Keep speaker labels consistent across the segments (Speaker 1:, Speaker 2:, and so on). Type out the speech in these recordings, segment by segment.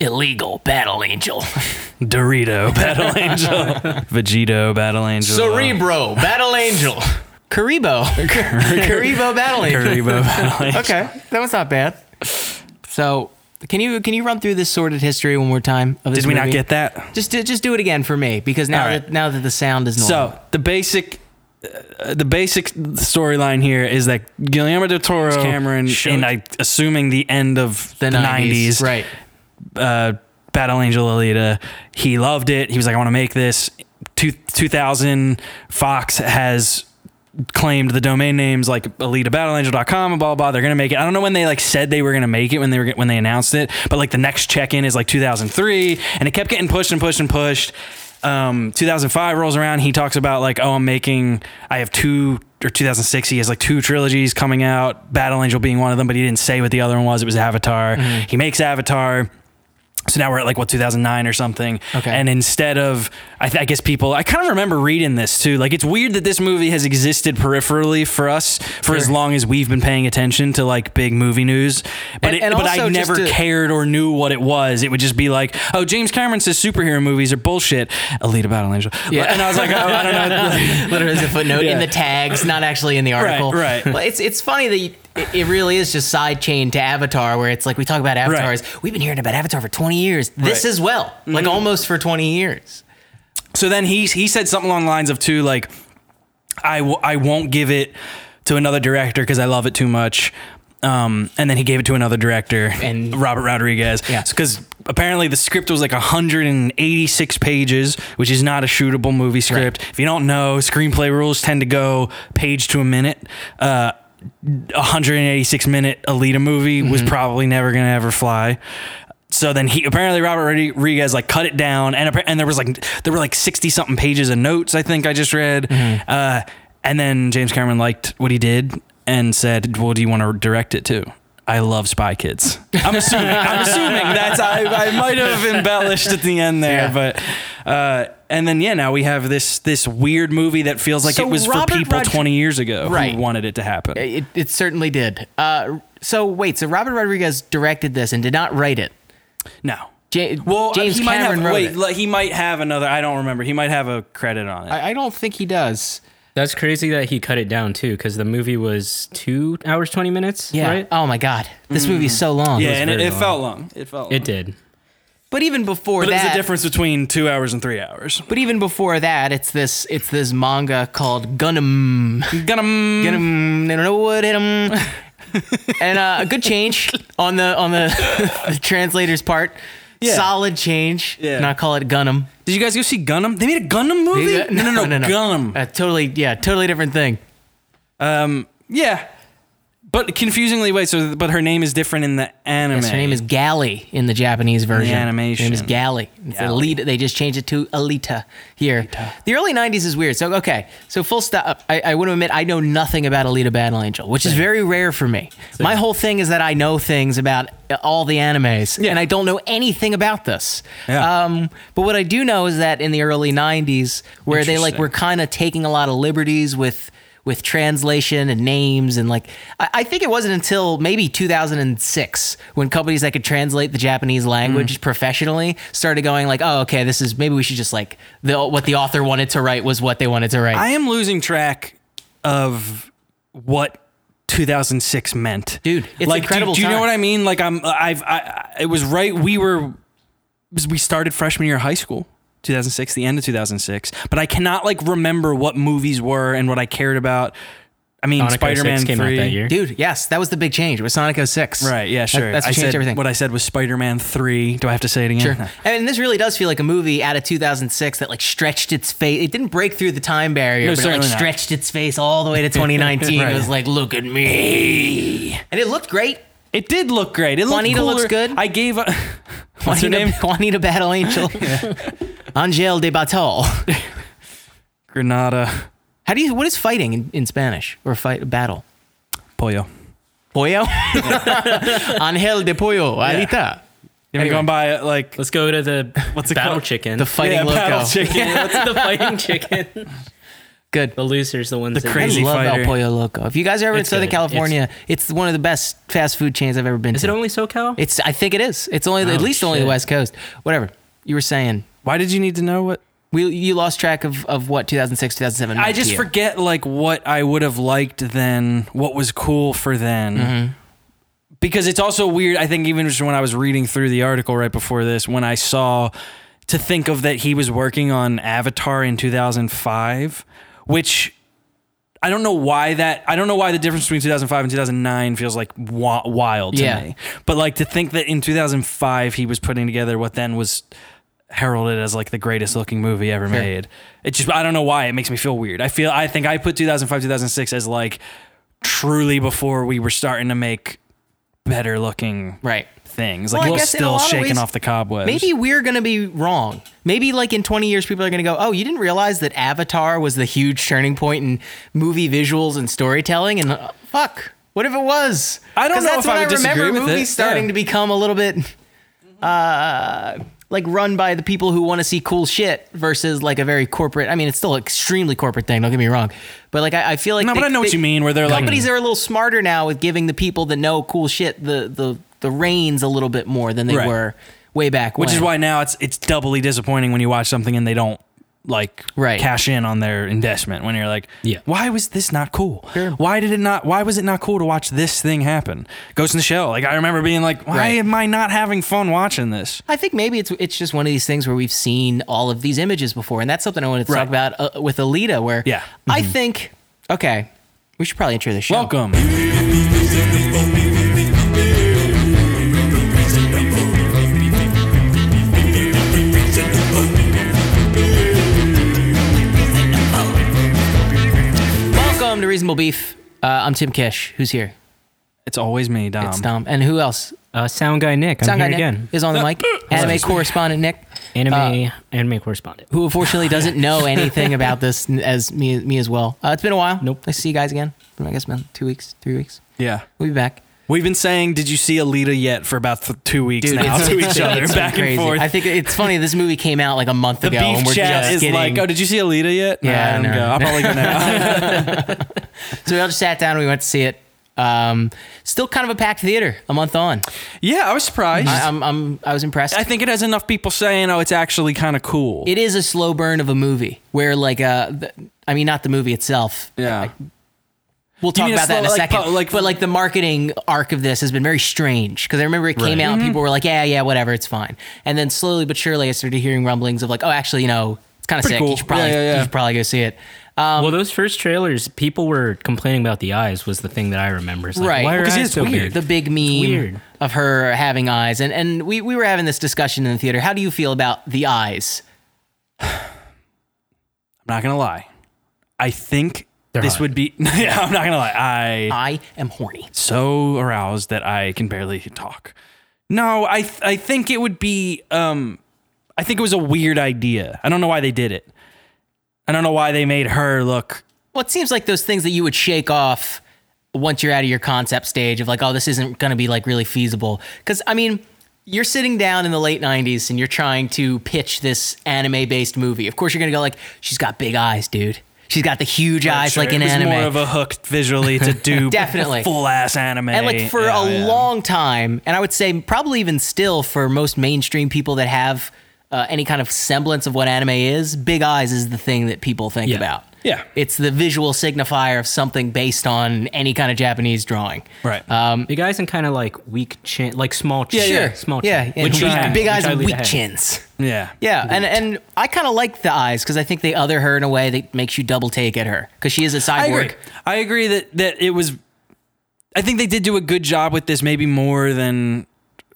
Speaker 1: illegal battle angel.
Speaker 2: Dorito Battle Angel, Vegito Battle Angel,
Speaker 3: Cerebro, Battle Angel. Karibo. Karibo Battle Angel.
Speaker 2: Haribo Battle Angel.
Speaker 3: Okay, that was not bad. So, can you can you run through this sordid history one more time? Of this
Speaker 2: Did we not
Speaker 3: movie?
Speaker 2: get that?
Speaker 3: Just do- just do it again for me because now
Speaker 2: All right.
Speaker 3: that now that the sound is normal.
Speaker 2: So the basic. uh, The basic storyline here is that Guillermo del Toro, Cameron,
Speaker 1: Showed-
Speaker 2: and I assuming the end of the, 90s,
Speaker 3: right?
Speaker 2: uh, Battle Angel Alita. He loved it. He was like, I want to make this. Two, 2000, Fox has claimed the domain names like alitabattleangel.com and blah, blah blah they're gonna make it i don't know when they like said they were gonna make it when they were when they announced it but like the next check-in is like 2003 and it kept getting pushed and pushed and pushed um 2005 rolls around he talks about like oh i'm making i have two or 2006 he has like two trilogies coming out battle angel being one of them but he didn't say what the other one was it was avatar
Speaker 3: Mm-hmm.
Speaker 2: he makes avatar so now we're at like what 2009 or something.
Speaker 3: Okay.
Speaker 2: And instead of, I, th- I guess people, I kind of remember reading this too. Like it's weird that this movie has existed peripherally for us for as long as we've been paying attention to like big movie news. But
Speaker 3: And-
Speaker 2: it,
Speaker 3: and
Speaker 2: but I
Speaker 3: also just
Speaker 2: never
Speaker 3: to-
Speaker 2: cared or knew what it was. It would just be like, oh, James Cameron says superhero movies are bullshit. Alita Battle Angel.
Speaker 3: Yeah.
Speaker 2: And I was like, oh, I don't know.
Speaker 3: Literally as a footnote
Speaker 2: Yeah.
Speaker 3: in the tags, not actually in the article.
Speaker 2: right.
Speaker 3: Well, it's it's funny that. You, it- it really is just side chain to Avatar, where it's like we talk about avatars. We've been hearing about Avatar for 20 years. This
Speaker 2: Right. Mm-hmm.
Speaker 3: as well, like almost for 20 years.
Speaker 2: So then he he said something along the lines of too like I w- I won't give it to another director because I love it too much. Um, and then he gave it to another director,
Speaker 3: And-
Speaker 2: Robert Rodriguez,
Speaker 3: Yeah.
Speaker 2: because apparently the script was like 186 pages, which is not a shootable movie script. If you don't know, screenplay rules tend to go page to a minute. Uh, 186 minute Alita movie was
Speaker 3: Mm-hmm.
Speaker 2: probably never gonna ever fly. So then he apparently Robert Rodriguez like cut it down, and appa- and there was like there were like 60 something pages of notes I think I just read.
Speaker 3: Mm-hmm.
Speaker 2: Uh, and then James Cameron liked what he did and said, "Well, do you want to direct it too?" I love Spy Kids. I'm assuming. I'm assuming that's I, I might have embellished at the end there, but uh, and then yeah, now we have this this weird movie that feels like
Speaker 3: So
Speaker 2: it was
Speaker 3: Robert
Speaker 2: for people
Speaker 3: Rodri-
Speaker 2: 20 years ago
Speaker 3: Right.
Speaker 2: who wanted it to happen.
Speaker 3: It, it certainly did. Uh, so wait, so Robert Rodriguez directed this and did not write it.
Speaker 2: No.
Speaker 3: Ja-
Speaker 2: well, uh,
Speaker 3: James
Speaker 2: he
Speaker 3: Cameron
Speaker 2: might have,
Speaker 3: wrote
Speaker 2: wait,
Speaker 3: it.
Speaker 2: like, he might have another. I don't remember. He might have a credit on it.
Speaker 3: I, I don't think he does.
Speaker 1: That's crazy that he cut it down too, because the movie was two hours twenty minutes.
Speaker 3: Yeah.
Speaker 1: right?
Speaker 3: Oh my God, this movie is so long.
Speaker 2: yeah, and it,
Speaker 1: very
Speaker 2: it
Speaker 1: long.
Speaker 2: felt long. It felt.
Speaker 1: it
Speaker 2: long.
Speaker 1: did.
Speaker 3: But even before
Speaker 2: But it
Speaker 3: that,
Speaker 2: was the difference between two hours and three hours.
Speaker 3: But even before that, it's this it's this manga called Gundam.
Speaker 2: Got him.
Speaker 3: Gundam, Mm, they don't know what hit 'em. and uh, a good change on the on the, the translator's part.
Speaker 2: Yeah.
Speaker 3: Solid change.
Speaker 2: Yeah.
Speaker 3: Not call it Gundam.
Speaker 2: Did you guys go see Gundam? They made a Gundam movie? no, no, no, Gundam.
Speaker 3: Uh, totally, yeah, totally different thing.
Speaker 2: Yeah. But confusingly, wait. So, but her name is different in the anime.
Speaker 3: Yes, her name is Gally in the Japanese version.
Speaker 2: animation.
Speaker 3: Her name is Gally. It's
Speaker 2: Gally.
Speaker 3: Alita. They just changed it to Alita here. The early 90s is weird. So, okay. So, full stop. I, I want to admit I know nothing about Alita Battle Angel, which is very rare for me. My whole thing is that I know things about uh, all the animes, and I don't know anything about this.
Speaker 2: Yeah.
Speaker 3: Um, but what I do know is that in the early 90s, where they like
Speaker 2: Interesting.
Speaker 3: were kind of taking a lot of liberties with with translation and names and like I, I think it wasn't until maybe 2006 when companies that could translate the Japanese
Speaker 2: Mm.
Speaker 3: language professionally started going like oh okay this is maybe we should just like the what the author wanted to write was what they wanted to write
Speaker 2: I am losing track of what 2006 meant,
Speaker 3: Dude, it's
Speaker 2: like,
Speaker 3: incredible
Speaker 2: Do, do you know
Speaker 3: time.
Speaker 2: what I mean? Like, I'm. I've. I, I. It was right. We were. We started freshman year of high school. 2006, the end of 2006. But I cannot like remember what movies were and what I cared about. I mean,
Speaker 1: Monaco
Speaker 2: Spider Man
Speaker 1: 6
Speaker 2: three.
Speaker 1: came out that year.
Speaker 3: dude yes that was the big change it was Sonic 06
Speaker 2: Right. Yeah.
Speaker 3: That-
Speaker 2: Sure.
Speaker 3: that's
Speaker 2: I
Speaker 3: what changed
Speaker 2: said,
Speaker 3: everything
Speaker 2: What I said was Spider Man three. Do I have to say it again?
Speaker 3: Sure.
Speaker 2: No.
Speaker 3: And this really does feel like a movie out of 2006 that like stretched its face. It didn't break through the time barrier,
Speaker 2: No,
Speaker 3: but it like
Speaker 2: certainly not.
Speaker 3: stretched its face all the way to 2019.
Speaker 2: Right.
Speaker 3: It was like, look at me. And it looked great.
Speaker 2: It did look great. It looked
Speaker 3: Juanita looks
Speaker 2: cooler.
Speaker 3: good.
Speaker 2: I gave. A, what's
Speaker 3: Juanita,
Speaker 2: her name?
Speaker 3: Juanita Battle Angel. Angel de Battle.
Speaker 2: Granada
Speaker 3: How do you, what is fighting in, in Spanish or fight battle?
Speaker 2: Pollo.
Speaker 3: Pollo? Angel de Pollo, Alita.
Speaker 2: You're
Speaker 3: Anyway.
Speaker 2: going by like
Speaker 1: Let's go to the
Speaker 2: What's it
Speaker 1: battle
Speaker 2: called?
Speaker 1: chicken.
Speaker 3: The fighting
Speaker 2: yeah,
Speaker 3: loco.
Speaker 2: Battle Chicken.
Speaker 1: What's the fighting chicken?
Speaker 3: Good.
Speaker 1: The loser's the ones
Speaker 2: The
Speaker 1: that
Speaker 2: crazy
Speaker 3: I love
Speaker 2: fighter.
Speaker 3: El Pollo Loco. If you guys are ever
Speaker 1: It's
Speaker 3: in Southern
Speaker 1: good. It's-
Speaker 3: California, it's, one of the best fast food chains I've ever been
Speaker 1: Is
Speaker 3: to.
Speaker 1: it only SoCal?
Speaker 3: It's I think it is. It's only at
Speaker 1: Oh,
Speaker 3: least only the
Speaker 1: shit.
Speaker 3: West Coast. Whatever you were saying,
Speaker 2: Why did you need to know what?
Speaker 3: we you lost track of, of what 2006 2007. meant
Speaker 2: I
Speaker 3: to
Speaker 2: just
Speaker 3: you.
Speaker 2: forget like what I would have liked then, what was cool for then.
Speaker 3: Mm-hmm.
Speaker 2: Because it's also weird, I think even just when I was reading through the article right before this, when I saw to think of that he was working on Avatar in 2005, which I don't know why that I don't know why the difference between 2005 and 2009 feels like wa- wild to
Speaker 3: Yeah.
Speaker 2: me. But like to think that in 2005 he was putting together what then was heralded as like the greatest looking movie ever made. It just I don't know why it makes me feel weird. I feel I think I put 2005 2006 as like truly before we were starting to make better looking
Speaker 3: right.
Speaker 2: things.
Speaker 3: Well,
Speaker 2: Like
Speaker 3: I
Speaker 2: we're
Speaker 3: guess in a
Speaker 2: still
Speaker 3: lot of
Speaker 2: shaking
Speaker 3: ways-
Speaker 2: off the cobwebs.
Speaker 3: Maybe we're gonna be wrong. Maybe like in 20 years, people are gonna go, "Oh, you didn't realize that Avatar was the huge turning point in movie visuals and storytelling." And uh, fuck, what if it was?
Speaker 2: I don't
Speaker 3: 'Cause
Speaker 2: know
Speaker 3: That's
Speaker 2: if I
Speaker 3: when
Speaker 2: would disagree
Speaker 3: remember
Speaker 2: with it.
Speaker 3: movies starting
Speaker 2: Yeah.
Speaker 3: to become a little bit, uh, like run by the people who want to see cool shit versus like a very corporate. I mean, it's still an extremely corporate thing. Don't get me wrong, but like I, I feel like
Speaker 2: No, but I know what you mean where they're like "Hmm."
Speaker 3: companies are a little smarter now with giving the people that know cool shit the the the reins a little bit more than they
Speaker 2: Right.
Speaker 3: were way back
Speaker 2: which
Speaker 3: when.
Speaker 2: is why now it's it's doubly disappointing when you watch something and they don't like
Speaker 3: Right.
Speaker 2: cash in on their investment when you're like
Speaker 1: Yeah.
Speaker 2: why was this not cool why did it not why was it not cool to watch this thing happen ghost in the shell like i remember being like why
Speaker 3: Right.
Speaker 2: am i not having fun watching this
Speaker 3: I think maybe it's it's just one of these things where we've seen all of these images before, and that's something I wanted to talk
Speaker 2: Right.
Speaker 3: about uh, with Alita. Where
Speaker 2: Yeah. Mm-hmm.
Speaker 3: I think okay, we should probably intro the show.
Speaker 2: welcome
Speaker 3: Welcome to Reasonable Beef. Uh, I'm Tim Kish. Who's here?
Speaker 2: it's always me dom
Speaker 3: It's Dom. And who else?
Speaker 1: uh, sound guy Nick. I'm
Speaker 3: Sound guy
Speaker 1: here
Speaker 3: Nick Uh,
Speaker 1: again.
Speaker 3: is on the mic. Anime correspondent Nick,
Speaker 1: Anime anime correspondent.
Speaker 3: who unfortunately doesn't know anything about this n- as me me as well. Uh, it's been a while.
Speaker 1: Nope.
Speaker 3: I see you guys again. I guess been two weeks, three weeks.
Speaker 2: yeah
Speaker 3: We'll be back.
Speaker 2: we've been saying did you see alita yet for about th- two weeks now
Speaker 3: it's-
Speaker 2: to each other
Speaker 3: it's
Speaker 2: back
Speaker 3: crazy.
Speaker 2: and forth
Speaker 3: I think it's funny. This movie came out like a month
Speaker 2: the
Speaker 3: ago, and we're
Speaker 2: beef chat
Speaker 3: just
Speaker 2: is
Speaker 3: getting-
Speaker 2: like oh did you see alita yet Nah,
Speaker 3: Yeah,
Speaker 2: i don't
Speaker 3: no.
Speaker 2: go i'm probably gonna
Speaker 3: So we all just sat down. We went to see it. Um, still kind of a packed theater a month on.
Speaker 2: yeah i was surprised
Speaker 3: I, I'm, I'm, I was impressed.
Speaker 2: I think it has enough people saying, "Oh, it's actually kind of cool."
Speaker 3: it is a slow burn of a movie where, like, uh, th- I mean, not the movie itself.
Speaker 2: yeah,
Speaker 3: We'll talk
Speaker 2: mean a
Speaker 3: about that in a
Speaker 2: slow- like,
Speaker 3: second.
Speaker 2: pu- like-
Speaker 3: but like the marketing arc of this has been very strange because I remember it came
Speaker 1: Right.
Speaker 3: out
Speaker 2: Mm-hmm.
Speaker 3: and people were like, "Yeah, yeah, whatever, it's fine." And then slowly but surely, I started hearing rumblings of like, "Oh, actually, you know, it's kind of sick. You
Speaker 2: cool.
Speaker 3: should probably,
Speaker 2: Yeah, yeah, yeah.
Speaker 3: you should probably go see it."
Speaker 1: well, those first trailers, people were complaining about the eyes. Was the thing that I remember. It's like,
Speaker 3: Right.
Speaker 1: Why
Speaker 3: Well,
Speaker 1: are
Speaker 2: 'cause
Speaker 1: eyes
Speaker 2: it's
Speaker 1: so
Speaker 2: weird.
Speaker 1: weird?
Speaker 3: the big meme
Speaker 1: weird.
Speaker 3: of her having eyes and and we, we were having this discussion in the theater how do you feel about the eyes
Speaker 2: I'm not gonna lie. I think
Speaker 1: They're
Speaker 2: this
Speaker 1: hot.
Speaker 2: would be. yeah, I'm not gonna lie. I
Speaker 3: i am horny
Speaker 2: so aroused that I can barely talk. No, I th- I think it would be um I think it was a weird idea. I don't know why they did it. I don't know why they made her look
Speaker 3: well it seems like those things that you would shake off once you're out of your concept stage of like oh this isn't going to be like really feasible because i mean you're sitting down in the late 90s and you're trying to pitch this anime based movie of course you're going to go like she's got big eyes dude she's got the huge eyes like
Speaker 2: it
Speaker 3: an
Speaker 2: was
Speaker 3: anime
Speaker 2: more of a hook visually to do
Speaker 3: Definitely.
Speaker 2: full ass anime.
Speaker 3: and like for
Speaker 2: Yeah,
Speaker 3: a
Speaker 2: yeah.
Speaker 3: long time and i would say probably even still for most mainstream people that have uh, any kind of semblance of what anime is big eyes is the thing that people think
Speaker 1: Yeah.
Speaker 3: about
Speaker 2: Yeah.
Speaker 3: it's the visual signifier of something based on any kind of japanese drawing
Speaker 2: Right.
Speaker 3: Um,
Speaker 1: big eyes and kind of like weak chin, like small chin,
Speaker 2: Yeah, yeah.
Speaker 1: small
Speaker 3: yeah
Speaker 1: chin.
Speaker 3: and
Speaker 1: Which
Speaker 3: weak-
Speaker 1: I have,
Speaker 3: big
Speaker 1: which
Speaker 3: eyes
Speaker 1: I
Speaker 3: and
Speaker 1: lead
Speaker 3: weak
Speaker 1: to have.
Speaker 3: chins
Speaker 2: yeah.
Speaker 3: yeah, and, and I kind of like the eyes because I think they other her in a way that makes you double take at her because she is a
Speaker 2: I agree.
Speaker 3: cyborg.
Speaker 2: I agree that that it was. I think they did do a good job with this, maybe more than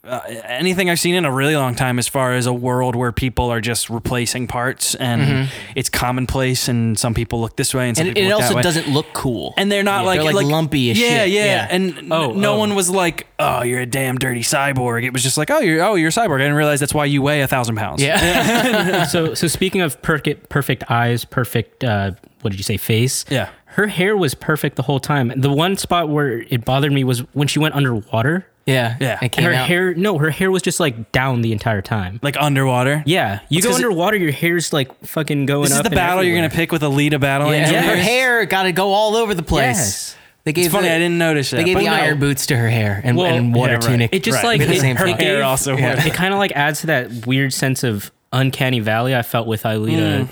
Speaker 2: uh, anything I've seen in a really long time, as far as a world where people are just replacing parts and it's commonplace, and some people look this way and some
Speaker 3: Mm-hmm. And it,
Speaker 2: people
Speaker 3: it
Speaker 2: look
Speaker 3: also
Speaker 2: that way.
Speaker 3: doesn't look cool.
Speaker 2: And they're not like,
Speaker 3: they're, like, lumpy as
Speaker 2: yeah,
Speaker 3: shit.
Speaker 2: Yeah,
Speaker 3: Yeah.
Speaker 2: And n-
Speaker 1: Oh,
Speaker 2: no
Speaker 1: oh.
Speaker 2: one was like, "Oh, you're a damn dirty cyborg." It was just like, "Oh, you're oh, you're a cyborg." I didn't realize that's why you weigh a thousand pounds.
Speaker 3: yeah,
Speaker 1: so so speaking of perfect perfect eyes, perfect uh what did you say face?
Speaker 2: Yeah.
Speaker 1: Her hair was perfect the whole time. The one spot where it bothered me was when she went underwater.
Speaker 3: Yeah.
Speaker 2: Yeah.
Speaker 3: It came
Speaker 1: her
Speaker 3: out.
Speaker 1: hair, no, her hair was just like down the entire time.
Speaker 2: like underwater.
Speaker 1: Yeah, you go
Speaker 2: 'cause it-
Speaker 1: underwater, your hair's like fucking going.
Speaker 2: This is
Speaker 1: up
Speaker 2: the
Speaker 1: and
Speaker 2: battle you're
Speaker 1: everywhere.
Speaker 2: gonna pick with Alita battle.
Speaker 3: Yeah,
Speaker 2: angel.
Speaker 1: Yeah.
Speaker 3: Her hair got to go all over the place.
Speaker 1: Yes.
Speaker 3: They gave
Speaker 2: It's funny,
Speaker 3: the-
Speaker 2: I didn't notice that.
Speaker 3: They gave
Speaker 2: But
Speaker 3: the
Speaker 2: no.
Speaker 3: iron boots to her hair and,
Speaker 1: Well,
Speaker 3: and water
Speaker 2: yeah, right.
Speaker 3: tunic.
Speaker 1: It just
Speaker 2: Right,
Speaker 1: like
Speaker 3: at the
Speaker 1: it,
Speaker 3: same
Speaker 1: her
Speaker 3: time.
Speaker 1: hair also.
Speaker 2: works.
Speaker 1: It kind of like adds to that weird sense of uncanny valley I felt with
Speaker 2: Mm.
Speaker 1: Aelita.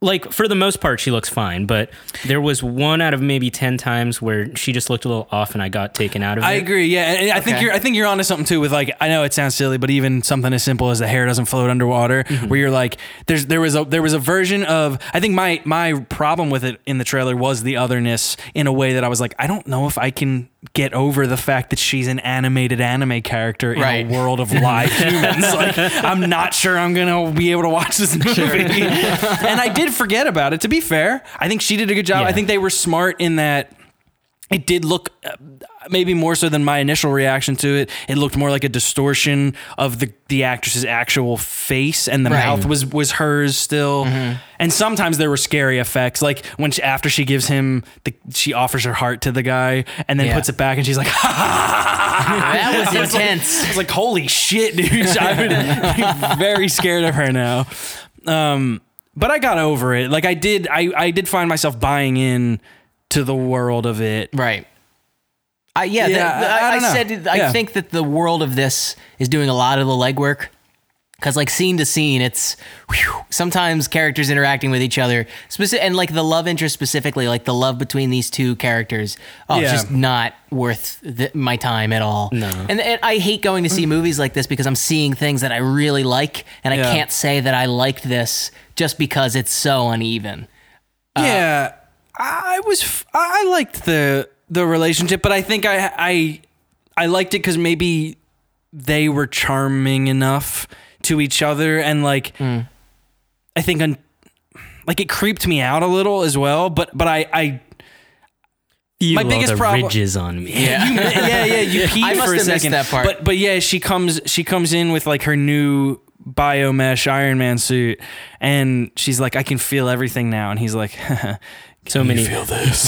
Speaker 1: Like for the most part, she looks fine, but there was one out of maybe ten times where she just looked a little off, and I got taken out of
Speaker 2: I
Speaker 1: it.
Speaker 2: agree. Yeah, and and I think
Speaker 3: Okay.
Speaker 2: you're. I think you're onto something too. With like, I know it sounds silly, but even something as simple as the hair doesn't float underwater,
Speaker 1: Mm-hmm.
Speaker 2: where you're like, there's there was a there was a version of. I think my my problem with it in the trailer was the otherness in a way that I was like, I don't know if I can get over the fact that she's an animated anime character in
Speaker 3: Right.
Speaker 2: a world of live humans. Like, I'm not sure I'm gonna be able to watch this movie. and I did forget about it. To be fair, I think she did a good job. I
Speaker 1: Yeah.
Speaker 2: think they were smart in that it did look uh, maybe more so than my initial reaction to it it looked more like a distortion of the the actress's actual face and the
Speaker 3: Right. Mm-hmm.
Speaker 2: mouth was was hers still and sometimes there were scary effects like when she, after she gives him the she offers her heart to the guy and then
Speaker 3: Yeah.
Speaker 2: puts it back and she's like
Speaker 3: that was intense.
Speaker 2: I was like, holy shit, dude. I would be very scared of her now. Um, but I got over it. Like I did, I, I did find myself buying in to the world of it.
Speaker 3: Right. I, yeah, the-
Speaker 2: Yeah,
Speaker 3: the-
Speaker 2: I- I
Speaker 3: I, I,
Speaker 2: don't know.
Speaker 3: said I
Speaker 2: Yeah.
Speaker 3: think that the world of this is doing a lot of the legwork because, like, scene to scene, it's whew, sometimes characters interacting with each other, specific, and like the love interest specifically, like the love between these two characters. Oh, it's
Speaker 2: Yeah.
Speaker 3: just not worth th my time at all. No, and, and I hate going to see
Speaker 2: Mm.
Speaker 3: movies like this because I'm seeing things that I really like, and
Speaker 2: Yeah.
Speaker 3: I can't say that I liked this just because it's so uneven. Uh,
Speaker 2: yeah, I was f- I I liked the the relationship, but I think I I I liked it because maybe they were charming enough to each other, and like
Speaker 3: Hmm.
Speaker 2: I think un- like it creeped me out a little as well. But but I I
Speaker 1: You
Speaker 2: My
Speaker 1: are
Speaker 2: biggest
Speaker 1: the
Speaker 2: problem-
Speaker 1: ridges on me.
Speaker 2: You- yeah, yeah, you peed
Speaker 3: I must
Speaker 2: for a
Speaker 3: have missed
Speaker 2: second.
Speaker 3: that part.
Speaker 2: But but yeah, she comes she comes in with like her new biomesh Iron Man suit, and she's like, I can feel everything now, and he's like,
Speaker 1: So many.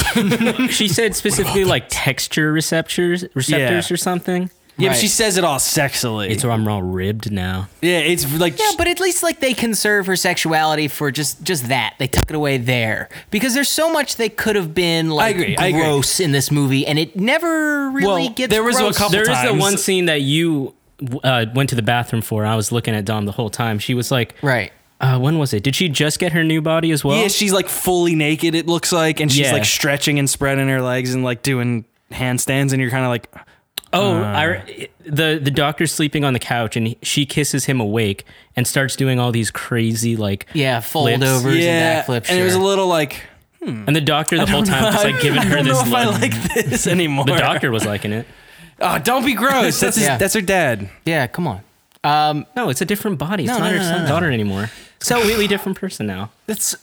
Speaker 1: she said specifically like texture receptors, receptors
Speaker 2: Yeah.
Speaker 1: or something.
Speaker 2: Yeah, but
Speaker 3: Right.
Speaker 2: she says it all sexily.
Speaker 1: It's where I'm all ribbed now.
Speaker 2: yeah, it's like
Speaker 3: Yeah, but at least like they conserve her sexuality for just just that. They tuck it away there because there's so much they could have been like
Speaker 2: agree, I agree.
Speaker 3: gross in this movie, and it never really
Speaker 2: Well,
Speaker 3: gets.
Speaker 2: there was a
Speaker 3: gross.
Speaker 2: couple-
Speaker 1: There is the
Speaker 2: times.
Speaker 1: one scene that you uh, went to the bathroom for. And I was looking at Dom the whole time. She was like,
Speaker 3: right.
Speaker 1: uh, when was it? Did she just get her new body as well?
Speaker 2: yeah, she's like fully naked. It looks like, and she's
Speaker 1: Yeah.
Speaker 2: like stretching and spreading her legs and like doing handstands, and you're kind of like,
Speaker 1: oh,
Speaker 3: Uh.
Speaker 1: I, the the doctor's sleeping on the couch and he- she kisses him awake and starts doing all these crazy like
Speaker 3: Yeah, fold
Speaker 1: flips.
Speaker 3: overs
Speaker 2: yeah,
Speaker 3: and backflips.
Speaker 2: and it was a
Speaker 3: sure.
Speaker 2: little like
Speaker 1: And the doctor the whole time was like giving
Speaker 2: I
Speaker 1: her
Speaker 2: don't
Speaker 1: this
Speaker 2: know if I
Speaker 1: look.
Speaker 2: like this anymore.
Speaker 1: The doctor was liking it.
Speaker 2: oh, don't be gross. That's his,
Speaker 3: Yeah.
Speaker 2: that's her dad.
Speaker 3: yeah. Come on. Um,
Speaker 1: No, it's a different body. It's
Speaker 3: No,
Speaker 1: not
Speaker 3: no,
Speaker 1: her
Speaker 3: no,
Speaker 1: son
Speaker 3: no, no.
Speaker 1: daughter anymore. It's a
Speaker 3: So-
Speaker 1: completely different person now.
Speaker 3: that's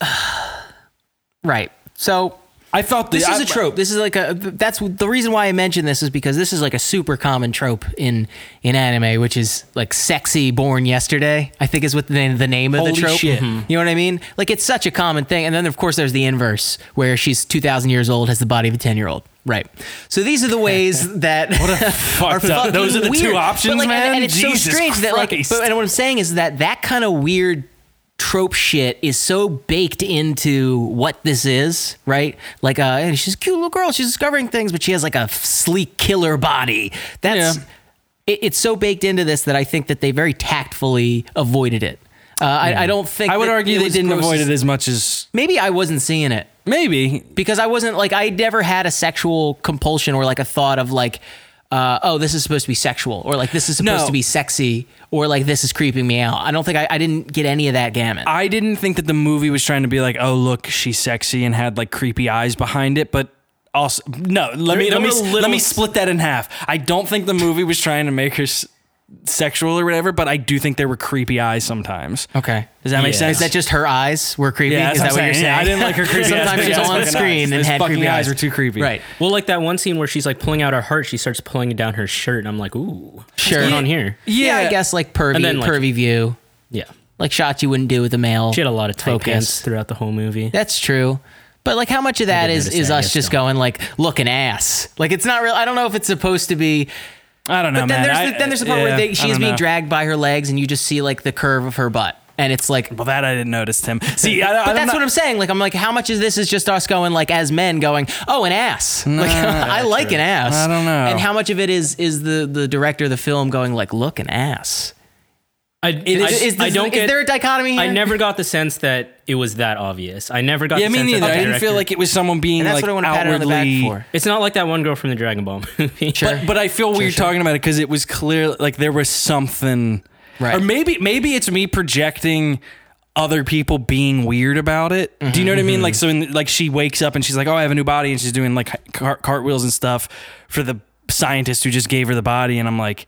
Speaker 3: right. So
Speaker 2: I felt
Speaker 3: this
Speaker 2: the-
Speaker 3: is
Speaker 2: I-
Speaker 3: a trope. This is like a that's the reason why I mention this is because this is like a super common trope in in anime, which is like sexy born yesterday. I think is what the, the name of
Speaker 2: Holy
Speaker 3: the trope. Mm-hmm.
Speaker 2: shit. Mhm.
Speaker 3: You know what I mean? Like it's such a common thing. And then of course there's the inverse where she's two thousand years old has the body of a ten year old. Right. So these are the ways that are
Speaker 2: fucked up.
Speaker 3: fucking
Speaker 2: Those are the two
Speaker 3: weird. But,
Speaker 2: options,
Speaker 3: like, and-
Speaker 2: man?
Speaker 3: And, it's so
Speaker 2: Jesus
Speaker 3: strange that like.
Speaker 2: Christ.
Speaker 3: But, and what I'm saying is that that kind of weird trope shit is so baked into what this is, right? Like, uh, hey, she's a cute little girl. She's discovering things, but she has like a sleek killer body. That's
Speaker 2: Yeah.
Speaker 3: it, it's so baked into this that I think that they very tactfully avoided it. Uh, I, I don't think
Speaker 2: Hmm. I would
Speaker 3: that
Speaker 2: argue
Speaker 3: it
Speaker 2: they
Speaker 3: was
Speaker 2: didn't
Speaker 3: gross
Speaker 2: avoid
Speaker 3: as-
Speaker 2: it as much as
Speaker 3: Maybe I wasn't seeing it
Speaker 2: maybe.
Speaker 3: because I wasn't like I never had a sexual compulsion or like a thought of like uh, oh this is supposed to be sexual or like this is supposed
Speaker 2: No.
Speaker 3: to be sexy or like this is creeping me out. I don't think I, I didn't get any of that gamut.
Speaker 2: I didn't think that the movie was trying to be like, oh look, she's sexy and had like creepy eyes behind it, but also no. Let me
Speaker 1: there
Speaker 2: let me
Speaker 1: were
Speaker 2: s- let
Speaker 1: little-
Speaker 2: me split that in half. I don't think the movie was trying to make her s- sexual or whatever, but I do think there were creepy eyes sometimes.
Speaker 3: okay.
Speaker 2: Does that make
Speaker 1: Yeah.
Speaker 2: sense?
Speaker 3: Is that just her eyes were creepy?
Speaker 2: yeah,
Speaker 3: is
Speaker 2: that's
Speaker 3: that what
Speaker 2: I'm
Speaker 3: you're
Speaker 2: saying.
Speaker 3: saying?
Speaker 2: Yeah, I didn't like her creepy.
Speaker 3: Sometimes
Speaker 2: eyes.
Speaker 3: she's on screen and
Speaker 2: Those
Speaker 3: had
Speaker 2: fucking
Speaker 3: creepy
Speaker 2: eyes
Speaker 3: eyes.
Speaker 2: were too creepy.
Speaker 3: Right.
Speaker 1: Well, like that one scene where she's like pulling out her heart, she starts pulling down her shirt, and I'm like, ooh,
Speaker 3: Sure.
Speaker 1: what's going on here?
Speaker 3: Yeah,
Speaker 2: Yeah.
Speaker 3: I guess like pervy
Speaker 1: And then, like-
Speaker 3: pervy view.
Speaker 1: Yeah.
Speaker 3: Like shots you wouldn't do with a male.
Speaker 1: She had a lot of tight
Speaker 3: Focus.
Speaker 1: pants throughout the whole movie.
Speaker 3: That's true. But like how much of that
Speaker 1: did
Speaker 3: is
Speaker 1: notice
Speaker 3: is
Speaker 1: that,
Speaker 3: us
Speaker 1: yes,
Speaker 3: just going
Speaker 1: Dylan.
Speaker 3: like look an ass. Like it's not real I don't know if it's supposed to be
Speaker 2: I don't know,
Speaker 3: But then
Speaker 2: Oh, man.
Speaker 3: there's
Speaker 2: I-
Speaker 3: the, then there's the part where
Speaker 2: yeah,
Speaker 3: they,
Speaker 2: I
Speaker 3: she's
Speaker 2: don't
Speaker 3: being
Speaker 2: know.
Speaker 3: dragged by her legs, and you just see like the curve of her butt, and it's like.
Speaker 2: Well, that I didn't notice, Tim. See, I,
Speaker 3: But
Speaker 2: I'm
Speaker 3: that's
Speaker 2: not-
Speaker 3: what I'm saying. Like I'm like, how much of this is just us going like as men going, oh, an ass. like I like an ass.
Speaker 2: I don't know.
Speaker 3: And how much of it is is the the director of the film going like, look, an ass.
Speaker 1: I, I,
Speaker 3: Is, is-
Speaker 1: I don't
Speaker 3: is
Speaker 1: get.
Speaker 3: there a dichotomy here?
Speaker 1: I never got the sense that it was that obvious. I never got.
Speaker 2: Yeah,
Speaker 1: the
Speaker 2: me
Speaker 1: sense
Speaker 2: neither.
Speaker 1: That the
Speaker 2: I didn't
Speaker 1: director-
Speaker 2: feel like it was someone being
Speaker 3: And that's
Speaker 2: like
Speaker 3: what I want to pat her on the
Speaker 2: outwardly.
Speaker 3: back for.
Speaker 1: It's not like that one girl from the Dragon Ball movie.
Speaker 3: Sure.
Speaker 2: But, but I feel weird talking about it because it was clear, like there was something,
Speaker 3: Right.
Speaker 2: Or maybe maybe it's me projecting other people being weird about it. Do you know what I
Speaker 1: Mm-hmm.
Speaker 2: mean? Like so, in, like she wakes up and she's like, "Oh, I have a new body," and she's doing like cart- cartwheels and stuff for the scientist who just gave her the body, and I'm like,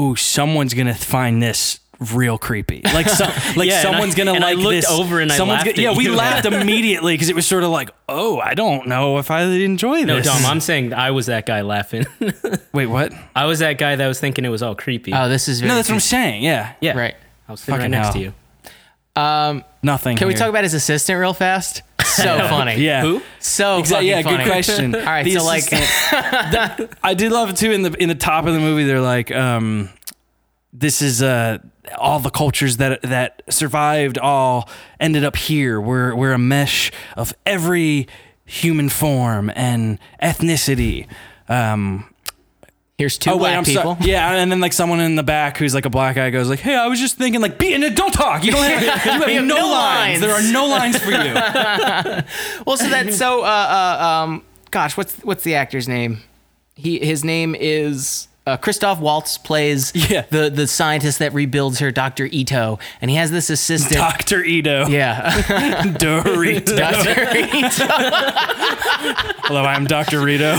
Speaker 2: "Ooh, someone's gonna find this." Real creepy, like so, like
Speaker 1: Yeah, and
Speaker 2: someone's
Speaker 1: I-
Speaker 2: gonna
Speaker 1: and I
Speaker 2: like
Speaker 1: looked
Speaker 2: this.
Speaker 1: over and I
Speaker 2: someone's
Speaker 1: laughed
Speaker 2: gonna-
Speaker 1: at
Speaker 2: yeah, we
Speaker 1: you.
Speaker 2: laughed immediately because it was sort of like, oh, I don't know if I enjoy
Speaker 1: No,
Speaker 2: this.
Speaker 1: Dom, I'm saying I was that guy laughing.
Speaker 2: Wait, what?
Speaker 1: I was that guy that was thinking it was all creepy.
Speaker 3: oh, this is very
Speaker 2: No, that's what I'm
Speaker 3: confusing.
Speaker 2: saying. Yeah,
Speaker 1: yeah,
Speaker 3: right. Um,
Speaker 1: I was sitting right
Speaker 2: Fucking
Speaker 1: next
Speaker 2: hell.
Speaker 1: to you.
Speaker 2: nothing.
Speaker 3: Can we
Speaker 2: here.
Speaker 3: talk about his assistant real fast? So funny.
Speaker 2: Yeah.
Speaker 1: Who?
Speaker 3: So
Speaker 2: Exactly. Yeah.
Speaker 3: fucking
Speaker 2: Good
Speaker 3: funny.
Speaker 2: question.
Speaker 3: All right,
Speaker 2: The
Speaker 3: so, like-
Speaker 2: assistant- Th- I did love it too. In the in the top of the movie, they're like, um, "This is uh, all the cultures that that survived all ended up here. We're we're a mesh of every human form and ethnicity." Um, oh,
Speaker 3: Here's two
Speaker 2: wait,
Speaker 3: black
Speaker 2: I'm
Speaker 3: people.
Speaker 2: Sorry. Yeah, and then like someone in the back who's like a black guy goes like, "Hey, I was just thinking like, be and don't talk. You don't have, you have no,
Speaker 3: no lines."
Speaker 2: lines. There are no lines for you."
Speaker 3: Well, so that so uh, uh um gosh, what's what's the actor's name? He his name is uh, Christoph Waltz plays
Speaker 2: Yeah.
Speaker 3: the the scientist that rebuilds her, Doctor Ito, and he has this assistant.
Speaker 2: Doctor Ito,
Speaker 3: yeah,
Speaker 2: Dorito.
Speaker 3: Doctor Ito.
Speaker 2: Hello, I'm Doctor Rito.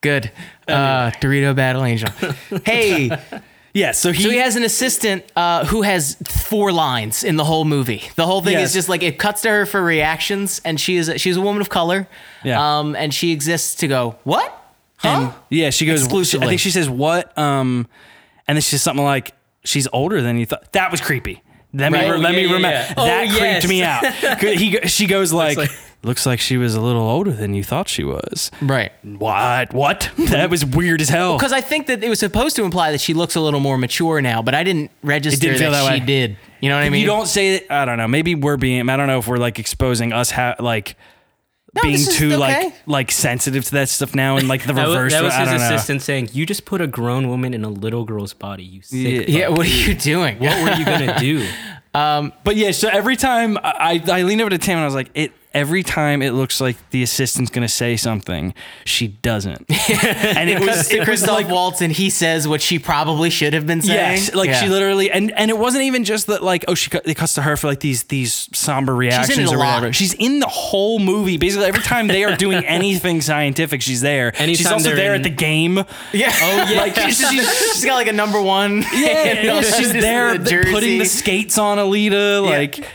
Speaker 3: Good. Uh, Dorito Battle Angel. Hey,
Speaker 2: yeah, so he,
Speaker 3: so he has an assistant uh, who has four lines in the whole movie. The whole thing
Speaker 2: Yes.
Speaker 3: is just like it cuts to her for reactions, and she is a, she's a woman of color.
Speaker 2: Yeah.
Speaker 3: Um, and she exists to go what? Huh?
Speaker 2: and- yeah, she goes
Speaker 3: Exclusively.
Speaker 2: I think she says what, um, and then she's something like, "She's older than you thought." That was creepy. Let
Speaker 3: Right.
Speaker 2: me
Speaker 3: Oh,
Speaker 2: let me
Speaker 1: yeah, yeah,
Speaker 2: remember.
Speaker 1: yeah. Oh,
Speaker 2: That
Speaker 1: yes.
Speaker 2: creeped me out. he go- she goes like,
Speaker 1: like-
Speaker 2: "Looks like she was a little older than you thought she was."
Speaker 3: right.
Speaker 2: What? What? That was weird as hell.
Speaker 3: Because I think that it was supposed to imply that she looks a little more mature now, but I didn't register
Speaker 2: feel
Speaker 3: that,
Speaker 2: that
Speaker 3: she
Speaker 2: way.
Speaker 3: did. You know what I mean?
Speaker 2: you don't say that. I don't know. Maybe we're being. I don't know if we're like exposing us ha- like being
Speaker 3: this is
Speaker 2: too
Speaker 3: okay.
Speaker 2: like like sensitive to that stuff now and like the
Speaker 1: That was,
Speaker 2: reverse.
Speaker 1: that was
Speaker 2: I
Speaker 1: his
Speaker 2: don't know.
Speaker 1: assistant saying, "You just put a grown woman in a little girl's body. You sick.
Speaker 3: Yeah, what are you doing?
Speaker 1: What were you gonna do?"
Speaker 2: But yeah, so every time I, I I leaned over to Tim and I was like, it. Every time it looks like the assistant's gonna say something, she doesn't. and it was it was
Speaker 3: Christoph
Speaker 2: like
Speaker 3: Waltz and he says what she probably should have been saying.
Speaker 2: yes, like she
Speaker 3: Yeah.
Speaker 2: literally and and it wasn't even just that like oh she cut- it cuts to her for like these these somber
Speaker 3: it
Speaker 2: reactions
Speaker 3: a
Speaker 2: or
Speaker 3: lot.
Speaker 2: whatever. She's in the whole movie basically. Every time they are doing anything scientific, she's there. she's
Speaker 1: Anytime
Speaker 2: also
Speaker 1: they're
Speaker 2: there
Speaker 1: in-
Speaker 2: at the game.
Speaker 3: Yeah. Oh
Speaker 2: Like she's, she's
Speaker 3: she's got like a number one.
Speaker 2: yeah, yeah, she's there putting
Speaker 3: skin.
Speaker 2: the skates on Alita. Like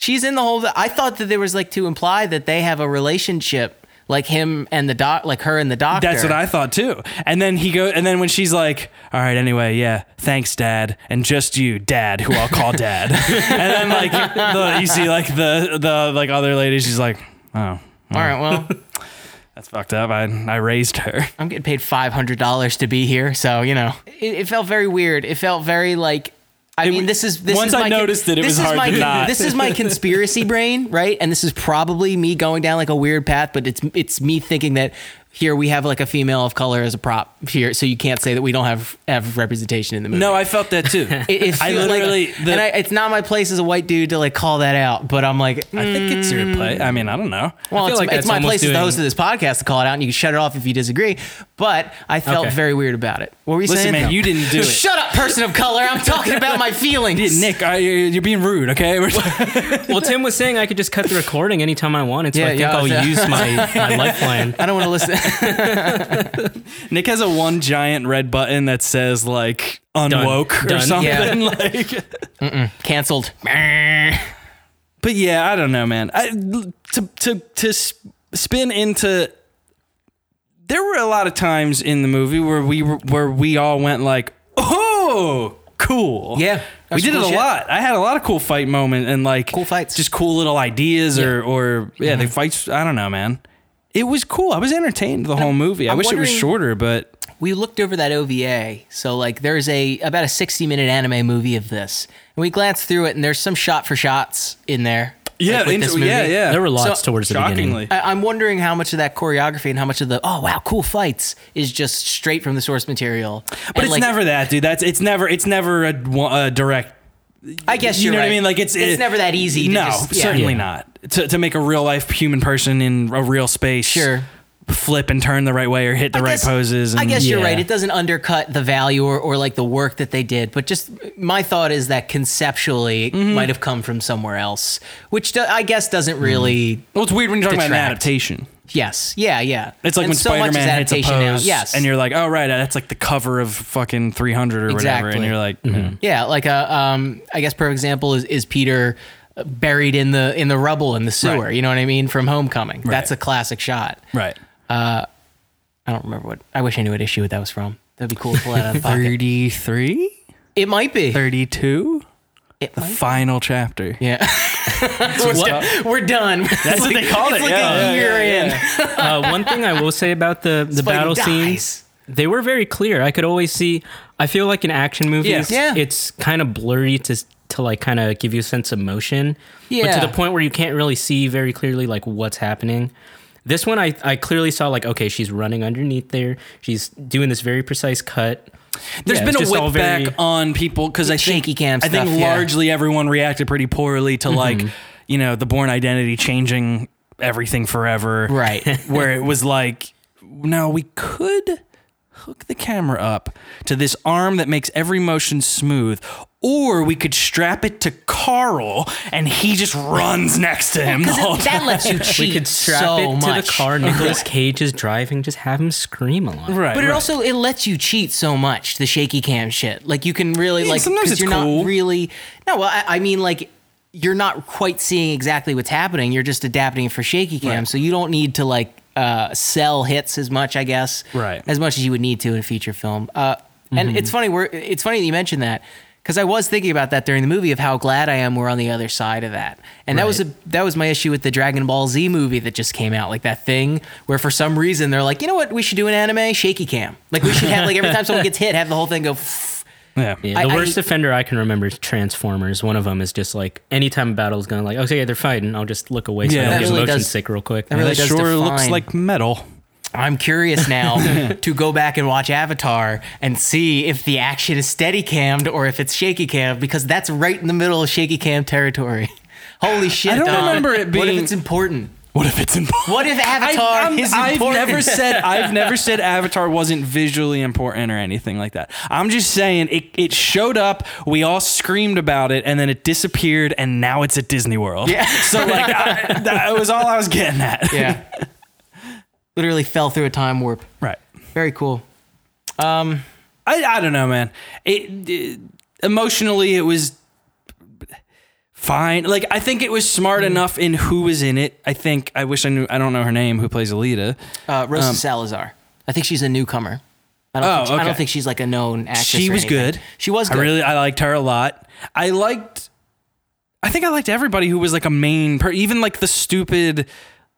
Speaker 3: She's in the whole. I thought that there was like to imply that they have a relationship, like him and the doc, like her and the doctor.
Speaker 2: That's what I thought too. And then he go and then when she's like, "All right, anyway, yeah, thanks, Dad, and just you, Dad, who I'll call Dad." and then like the, you see like the the like other lady, she's like, "Oh,
Speaker 3: All right. Well,
Speaker 2: that's fucked up. I I raised her."
Speaker 3: I'm getting paid five hundred dollars to be here, so you know. It, it felt very weird. It felt very like. I mean, this is this
Speaker 2: once
Speaker 3: is
Speaker 2: I
Speaker 3: my
Speaker 2: noticed it, it
Speaker 3: this
Speaker 2: was
Speaker 3: is
Speaker 2: hard
Speaker 3: my,
Speaker 2: to not.
Speaker 3: This is my conspiracy brain, right? And this is probably me going down like a weird path, but it's it's me thinking that here we have like a female of color as a prop here, so you can't say that we don't have have representation in the movie.
Speaker 2: No, I felt that too.
Speaker 3: It, it
Speaker 2: I
Speaker 3: feels
Speaker 2: literally-
Speaker 3: like,
Speaker 2: the-
Speaker 3: and I, it's not my place as a white dude to like call that out, but I'm like, mm,
Speaker 2: I think it's your play. I mean, I don't know.
Speaker 3: well,
Speaker 1: feel
Speaker 3: it's,
Speaker 1: like
Speaker 3: it's
Speaker 1: that's
Speaker 3: my
Speaker 1: almost
Speaker 3: place as
Speaker 1: doing-
Speaker 3: the host of this podcast to call it out, and you can shut it off if you disagree. But I felt
Speaker 1: Okay.
Speaker 3: very weird about it. What were you
Speaker 2: Listen,
Speaker 3: saying?
Speaker 2: man,
Speaker 3: though?
Speaker 2: you didn't do it.
Speaker 3: Shut up, person of color. I'm talking about my feelings.
Speaker 2: Yeah, Nick, I, you're being rude. Okay, We're-
Speaker 1: Well, Tim was saying I could just cut the recording anytime I wanted, so
Speaker 3: Yeah,
Speaker 1: I think
Speaker 3: yeah,
Speaker 1: I'll
Speaker 3: yeah.
Speaker 1: use my, my lifeline.
Speaker 3: I don't want to listen.
Speaker 2: Nick has a one giant red button that says like unwoke or
Speaker 1: Done.
Speaker 2: something.
Speaker 3: Yeah.
Speaker 2: Like.
Speaker 3: Cancelled.
Speaker 2: but yeah, I don't know, man. I, to to to s- spin into there were a lot of times in the movie where we were, where we all went like, "Oh, cool."
Speaker 3: Yeah,
Speaker 2: we
Speaker 3: that's
Speaker 2: did it
Speaker 3: cool
Speaker 2: a
Speaker 3: shit.
Speaker 2: lot. I had a lot of cool fight moment and like
Speaker 3: Cool fights. Mm-hmm.
Speaker 2: just cool little ideas or or yeah, the fights. I don't know, man. It- it was cool. I was entertained the whole movie. i wish it was
Speaker 3: wondering-
Speaker 2: shorter, but
Speaker 3: we looked over that OVA. So like there's a about a 60 minute anime movie of this. And we glanced through it and there's some shot for shots in there.
Speaker 2: yeah,
Speaker 3: like, with
Speaker 2: in-
Speaker 3: this movie.
Speaker 2: yeah, yeah. Uh,
Speaker 1: There were lots towards the
Speaker 2: shockingly.
Speaker 1: beginning.
Speaker 3: I, I'm wondering how much of that choreography and how much of the oh wow cool fights is just straight from the source material.
Speaker 2: But it's never that, dude. That's it's never it's never a, wa- a direct.
Speaker 3: I guess
Speaker 2: you
Speaker 3: you're
Speaker 2: know what I
Speaker 3: right.
Speaker 2: mean. Like it's
Speaker 3: it's
Speaker 2: it-
Speaker 3: never that easy. To
Speaker 2: No,
Speaker 3: just, yeah.
Speaker 2: certainly
Speaker 1: Yeah.
Speaker 2: not. To to make a real life human person in a real space,
Speaker 3: Sure.
Speaker 2: flip and turn the right way or hit the
Speaker 3: I
Speaker 2: right
Speaker 3: guess-
Speaker 2: poses. And,
Speaker 3: I guess you're
Speaker 1: yeah.
Speaker 3: right. It doesn't undercut the value or, or like the work that they did. But just my thought is that conceptually it might have come from somewhere else, which do, I guess doesn't really.
Speaker 2: Well, it's weird when you're talking about an
Speaker 3: Detract.
Speaker 2: adaptation.
Speaker 3: Yes. Yeah. Yeah.
Speaker 2: It's like
Speaker 3: And
Speaker 2: when
Speaker 3: so much
Speaker 2: Spider
Speaker 3: is
Speaker 2: Man hits a
Speaker 3: adaptation now.
Speaker 2: pose,
Speaker 3: Yes.
Speaker 2: and you're like, oh right, that's like the cover of fucking 300 or whatever, and
Speaker 3: Exactly.
Speaker 2: you're like, "Hmm, yeah.
Speaker 3: yeah, like a um, I guess per example is is Peter uh, buried in the in the rubble in the sewer.
Speaker 2: Right.
Speaker 3: You know what I mean from Homecoming. That's a classic shot.
Speaker 2: right.
Speaker 3: I don't remember what. I wish I knew what issue that was from. That'd be cool to pull out of the pocket.
Speaker 2: 33,
Speaker 3: It might be.
Speaker 2: 32,
Speaker 3: It
Speaker 2: the
Speaker 3: might-
Speaker 2: final chapter.
Speaker 3: yeah. we're, done. we're done.
Speaker 2: That's what they called it.
Speaker 3: It's like a year in.
Speaker 1: uh, one thing I will say about the the
Speaker 3: Spidey
Speaker 1: battle
Speaker 3: dies.
Speaker 1: scenes, they were very clear. I could always see. I feel like in action movies,
Speaker 3: Yeah. Yeah.
Speaker 1: it's kind of blurry to to like kind of give you a sense of motion, but
Speaker 3: Yeah.
Speaker 1: to the point where you can't really see very clearly like what's happening. This one, I I clearly saw like okay, she's running underneath there. She's doing this very precise cut.
Speaker 2: There's
Speaker 1: Yeah,
Speaker 2: been
Speaker 1: it's
Speaker 2: a
Speaker 1: just all
Speaker 2: whip
Speaker 1: very-
Speaker 2: back on people because I think
Speaker 3: Shaky cam
Speaker 2: I think
Speaker 3: stuff, yeah. Mm-hmm.
Speaker 2: largely everyone reacted pretty poorly to like you know the born identity changing everything forever,
Speaker 3: Right.
Speaker 2: Where it was like, no, we could hook the camera up to this arm that makes every motion smooth. Or we could strap it to Carl, and he just runs next to him. the whole
Speaker 3: Because that lets you cheat
Speaker 1: We could strap
Speaker 3: so
Speaker 1: it to
Speaker 3: much.
Speaker 1: the car. Nicholas Cage is driving. Just have him scream a lot.
Speaker 2: time. Right,
Speaker 3: But it
Speaker 2: right.
Speaker 3: also it lets you cheat so much the shaky cam shit. Like you can really
Speaker 2: Yeah,
Speaker 3: like
Speaker 2: sometimes
Speaker 3: 'cause
Speaker 2: it's
Speaker 3: you're
Speaker 2: cool.
Speaker 3: not really no. Well, I, I mean like you're not quite seeing exactly what's happening. You're just adapting it for shaky cam, so you don't need to like uh, sell hits as much, I guess.
Speaker 2: Right.
Speaker 3: As much as you would need to in a feature film. Uh, And it's funny we're it's funny that you mentioned that because I was thinking about that during the movie of how glad I am we're on the other side of that. And that was a that was my issue with the Dragon Ball Z movie that just came out, like that thing where for some reason they're like, you know what, we should do an anime shaky cam. Like we should have like every time someone gets hit, have the whole thing go.
Speaker 2: yeah.
Speaker 1: Yeah, the
Speaker 3: I- I-
Speaker 1: worst offender I can remember is Transformers. One of them is just like anytime a battle's going, like okay, they're fighting. I'll just look away so
Speaker 2: Yeah.
Speaker 1: I
Speaker 2: That
Speaker 1: don't get
Speaker 3: really
Speaker 1: motion
Speaker 3: does-
Speaker 1: sick real quick.
Speaker 3: really
Speaker 2: That
Speaker 3: does
Speaker 2: sure looks
Speaker 3: define-
Speaker 2: like metal.
Speaker 3: I'm curious now to go back and watch Avatar and see if the action is steady cammed or if it's shaky cam because that's right in the middle of shaky cam territory. Holy shit!
Speaker 2: don't
Speaker 3: Don.
Speaker 2: remember it
Speaker 3: What
Speaker 2: being-
Speaker 3: if it's important?
Speaker 2: What if it's impossible?
Speaker 3: What if Avatar
Speaker 2: I'm-
Speaker 3: is
Speaker 2: I've
Speaker 3: important?
Speaker 2: never said I've never said Avatar wasn't visually important or anything like that. I'm just saying it, it showed up, we all screamed about it, and then it disappeared, and now it's at Disney World. Yeah. So like I, that was all I was getting at.
Speaker 3: yeah. Literally fell through a time warp.
Speaker 2: Right.
Speaker 3: Very cool.
Speaker 2: I, I don't know, man. It, it- emotionally it was fine. Like I think it was smart
Speaker 3: Mm-hmm.
Speaker 2: enough in who was in it. I think I wish I knew. I don't know her name. Who plays Alita?
Speaker 3: Uh, Rosa Salazar. I think she's a newcomer. I don't,
Speaker 2: Um, Oh,
Speaker 3: think, I
Speaker 2: okay.
Speaker 3: don't think she's like a known actress.
Speaker 2: She
Speaker 3: or
Speaker 2: was
Speaker 3: anything.
Speaker 2: good.
Speaker 3: She was good.
Speaker 2: I really I liked her a lot. I liked I think I liked everybody who was like a main per even like the stupid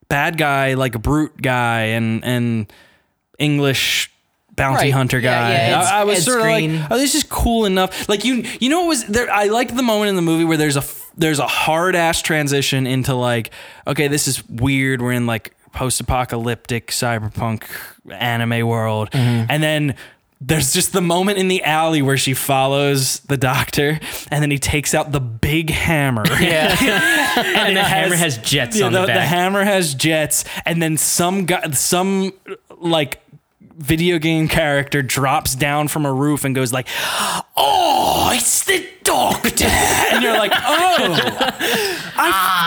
Speaker 2: bad guy, like brute guy and and English bounty
Speaker 3: Right.
Speaker 2: hunter
Speaker 3: Yeah,
Speaker 2: guy.
Speaker 3: yeah, it's-
Speaker 2: I, I was
Speaker 3: it's
Speaker 2: sort of
Speaker 3: green.
Speaker 2: like, oh, this is cool enough. Like you you know what was there I liked the moment in the movie where there's a f- there's a hard ass transition into like, okay, this is weird. We're in like post apocalyptic cyberpunk anime world.
Speaker 3: Mm-hmm.
Speaker 2: And then there's just the moment in the alley where she follows the doctor and then he takes out the big hammer.
Speaker 1: and, the
Speaker 2: it
Speaker 1: hammer has jets
Speaker 2: yeah,
Speaker 1: on
Speaker 2: the,
Speaker 1: the,
Speaker 2: the
Speaker 1: back.
Speaker 2: hammer has jets, and then some guy, some like video game character drops down from a roof and goes like, "Oh, it's the doctor," and you're like, "Oh,
Speaker 1: Ah.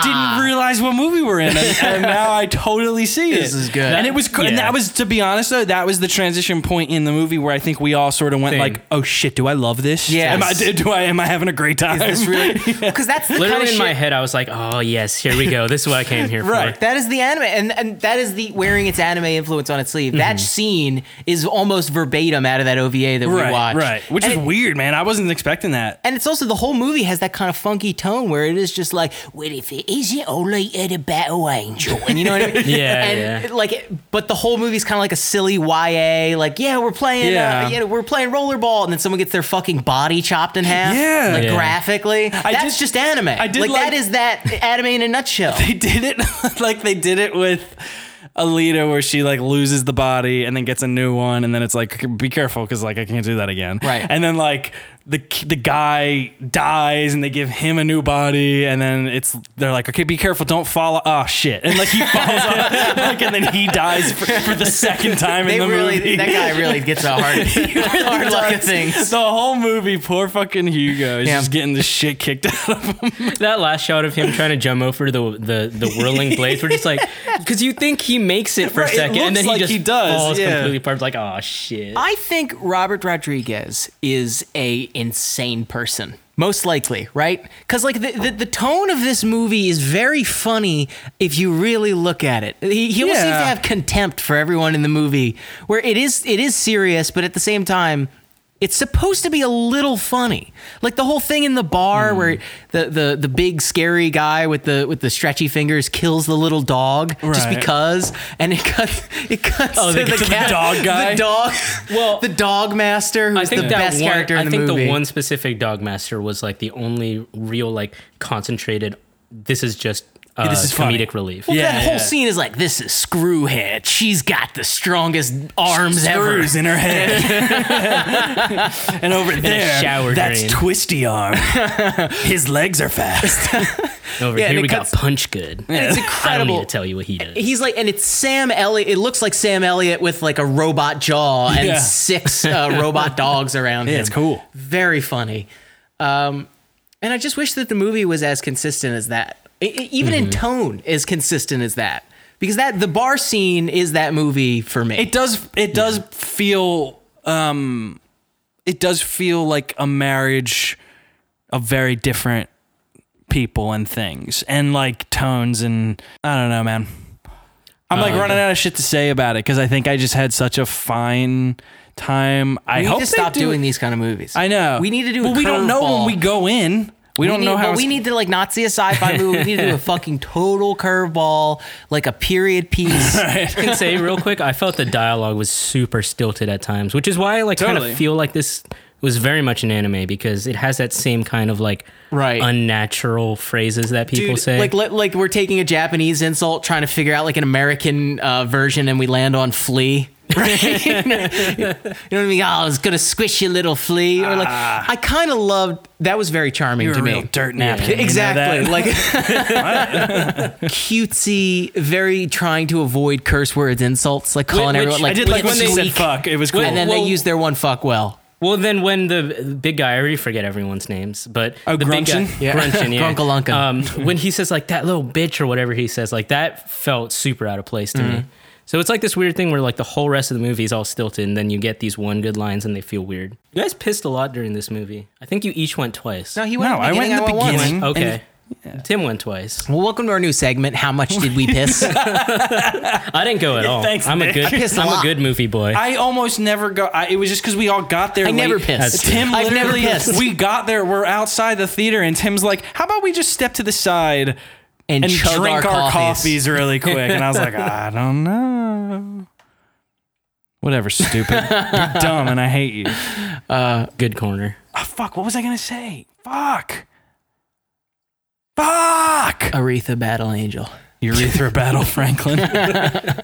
Speaker 2: I didn't realize what movie we're in, and, and now I totally see it.
Speaker 3: This is good.
Speaker 2: And it was, co- and
Speaker 1: Yeah.
Speaker 2: that was to be honest though, that was the transition point in the movie where I think we all sort of went
Speaker 1: Same.
Speaker 2: like, "Oh shit, do I love this?
Speaker 3: Yes.
Speaker 2: am I, do, do I am I having a great time?
Speaker 3: It's really because that's the
Speaker 1: Literally
Speaker 3: kind of
Speaker 1: in
Speaker 3: shit
Speaker 1: my head, I was like, oh yes, here we go. This is what I came here
Speaker 2: Right.
Speaker 1: for.
Speaker 3: That is the anime, and and that is the wearing its anime influence on its sleeve.
Speaker 2: Mm-hmm.
Speaker 3: That scene is almost verbatim out of that OVA that we
Speaker 2: right,
Speaker 3: watched.
Speaker 2: right, which
Speaker 3: and
Speaker 2: is
Speaker 3: it-
Speaker 2: weird, man. I wasn't expecting that.
Speaker 3: and it's also the whole movie has that kind of funky tone where it is just like, well, if it isn't only in a battle angel, and you know what I mean?
Speaker 1: Yeah,
Speaker 3: and
Speaker 1: yeah.
Speaker 3: like, but the whole movie's kind of like a silly YA, like, yeah, we're playing, yeah.
Speaker 2: Yeah.
Speaker 3: Uh, yeah, we're playing rollerball, and then someone gets their fucking body chopped in half,
Speaker 2: Yeah.
Speaker 3: like
Speaker 1: Yeah.
Speaker 3: graphically. That's
Speaker 2: did-
Speaker 3: just anime.
Speaker 2: I did
Speaker 3: like that
Speaker 2: like-
Speaker 3: is that anime in a nutshell.
Speaker 2: they did it like they did it with Alita where she like loses the body and then gets a new one and then it's like be careful cuz like I can't do that again.
Speaker 3: Right.
Speaker 2: And then like the the guy dies and they give him a new body and then it's they're like okay be careful don't fall oh shit and like he falls off like and then he dies for, for the second time
Speaker 3: They
Speaker 2: in the
Speaker 3: really,
Speaker 2: movie.
Speaker 3: that guy really gets a hard, hard luck of
Speaker 2: Does.
Speaker 3: things.
Speaker 2: The whole movie, poor fucking Hugo is
Speaker 3: Yeah.
Speaker 2: just getting the shit kicked out of him.
Speaker 1: That last shot of him trying to jump over the the, the whirling blades, we're just like, because you think he makes it for
Speaker 2: Right,
Speaker 1: a
Speaker 2: it
Speaker 1: second, and then
Speaker 2: looks like
Speaker 1: he just
Speaker 2: he does,
Speaker 1: falls
Speaker 2: yeah.
Speaker 1: completely apart. Like, oh shit.
Speaker 3: I think Robert Rodriguez is a insane person. Most likely, right? Because like the, the the tone of this movie is very funny if you really look at it. He, he almost seems to
Speaker 2: Yeah.
Speaker 3: have contempt for everyone in the movie, where it is it is serious, but at the same time, it's supposed to be a little funny. Like the whole thing in the bar where the, the the big scary guy with the with the stretchy fingers kills the little dog just
Speaker 2: Right.
Speaker 3: because, and it cuts it cuts
Speaker 1: Oh,
Speaker 3: to
Speaker 1: they
Speaker 3: the,
Speaker 1: get to the
Speaker 3: cat-
Speaker 2: dog guy?
Speaker 3: the dog.
Speaker 1: Well,
Speaker 3: the dog master who's the best
Speaker 1: one,
Speaker 3: character in
Speaker 1: I
Speaker 3: the
Speaker 1: think
Speaker 3: movie.
Speaker 1: the one specific dog master was like the only real like concentrated. This is just uh,
Speaker 2: this is
Speaker 1: comedic
Speaker 2: funny.
Speaker 1: relief.
Speaker 3: well,
Speaker 2: Yeah,
Speaker 3: that whole
Speaker 2: yeah.
Speaker 3: scene is like this is Screwhead. She's got the strongest arms ever.
Speaker 2: Screws in her head. and over there,
Speaker 1: shower
Speaker 2: that's
Speaker 1: drain.
Speaker 2: twisty arm. His legs are fast.
Speaker 1: Over
Speaker 3: Yeah, and
Speaker 1: here
Speaker 3: it
Speaker 1: we
Speaker 3: cuts-
Speaker 1: got punch good.
Speaker 3: It's
Speaker 1: I don't need
Speaker 3: incredible.
Speaker 1: to tell you what he did.
Speaker 3: He's like, and it's Sam Elliott. It looks like Sam Elliott with like a robot jaw and
Speaker 2: Yeah.
Speaker 3: six uh, robot dogs around him.
Speaker 2: it's cool.
Speaker 3: Very funny. Um, and I just wish that the movie was as consistent as that, I- I- even in
Speaker 2: Mm-hmm.
Speaker 3: tone, as consistent as that. Because that the bar scene is that movie for me.
Speaker 2: It does. It does feel. Um, it does feel like a marriage of very different people and things, and like tones, and I don't know, man. I'm like running out of shit to say about it because I think I just had such a fine time. I
Speaker 3: we
Speaker 2: hope
Speaker 3: need to
Speaker 2: they
Speaker 3: stop
Speaker 2: do-
Speaker 3: doing these kind of movies.
Speaker 2: I know.
Speaker 3: We need to do.
Speaker 2: Well,
Speaker 3: a
Speaker 2: we don't know
Speaker 3: curveball.
Speaker 2: when we go in. We, don't
Speaker 3: need,
Speaker 2: know how.
Speaker 3: But we
Speaker 2: it's-
Speaker 3: need to like not see a sci-fi movie. We need to do a fucking total curveball, like a period piece.
Speaker 1: I can say real quick, I felt the dialogue was super stilted at times, which is why I like kind
Speaker 2: Totally.
Speaker 1: of feel like this was very much an anime because it has that same kind of like
Speaker 3: Right.
Speaker 1: unnatural phrases that people
Speaker 3: Dude,
Speaker 1: say.
Speaker 3: like li- like we're taking a Japanese insult, trying to figure out like an American uh, version, and we land on flea. Right? you know what I mean? Oh, I was gonna squish you, little flea. Or like, I kind of loved that. Was very charming
Speaker 2: Ah. You're
Speaker 3: to
Speaker 2: a
Speaker 3: me.
Speaker 2: real dirt napkin. you know
Speaker 3: Exactly.
Speaker 2: that?
Speaker 3: like cutesy, very trying to avoid curse words, insults, like calling
Speaker 1: Which-
Speaker 3: everyone like
Speaker 2: I did like
Speaker 1: when
Speaker 2: when they
Speaker 1: they-
Speaker 2: said fuck. It was cool.
Speaker 3: and then
Speaker 1: Well-
Speaker 3: they use their one fuck well.
Speaker 1: Well, then when the big guy, I already forget everyone's names, but
Speaker 2: Oh,
Speaker 1: the big guy,
Speaker 2: Grunchen?
Speaker 3: Yeah.
Speaker 1: Grunchen, yeah,
Speaker 3: Grunkalunkin.
Speaker 1: Um, when he says like that little bitch or whatever he says, like that felt super out of place to
Speaker 2: Mm.
Speaker 1: me. So it's like this weird thing where like the whole rest of the movie is all stilted, and then you get these one good lines, and they feel weird. You guys pissed a lot during this movie. I think you each went twice.
Speaker 3: he
Speaker 2: went No, at the I went in beginning, the I went once. beginning. and-
Speaker 1: okay. Tim went twice.
Speaker 3: Well, welcome to our new segment. How much did we piss? I
Speaker 1: I didn't go at all.
Speaker 2: thanks,
Speaker 1: I'm a
Speaker 2: Nick.
Speaker 1: good.
Speaker 3: I pissed a
Speaker 1: I'm
Speaker 3: lot.
Speaker 1: a good movie boy.
Speaker 2: I almost never go. I, it was just because we all got there. late.
Speaker 3: never pissed.
Speaker 1: That's
Speaker 2: Tim
Speaker 3: I've never
Speaker 2: literally,
Speaker 3: pissed.
Speaker 2: we got there. We're outside the theater, and Tim's like, "How about we just step to the side
Speaker 3: And,
Speaker 2: and
Speaker 3: chug
Speaker 2: drink
Speaker 3: our,
Speaker 2: our
Speaker 3: coffees.
Speaker 2: coffees really quick?" And I was like, "I don't know." Whatever, stupid. You're dumb, and I hate you.
Speaker 1: good corner.
Speaker 2: Oh, fuck. What was I gonna say? Fuck. Fuck.
Speaker 3: Aretha Battle Angel.
Speaker 2: Urethra battle, Franklin.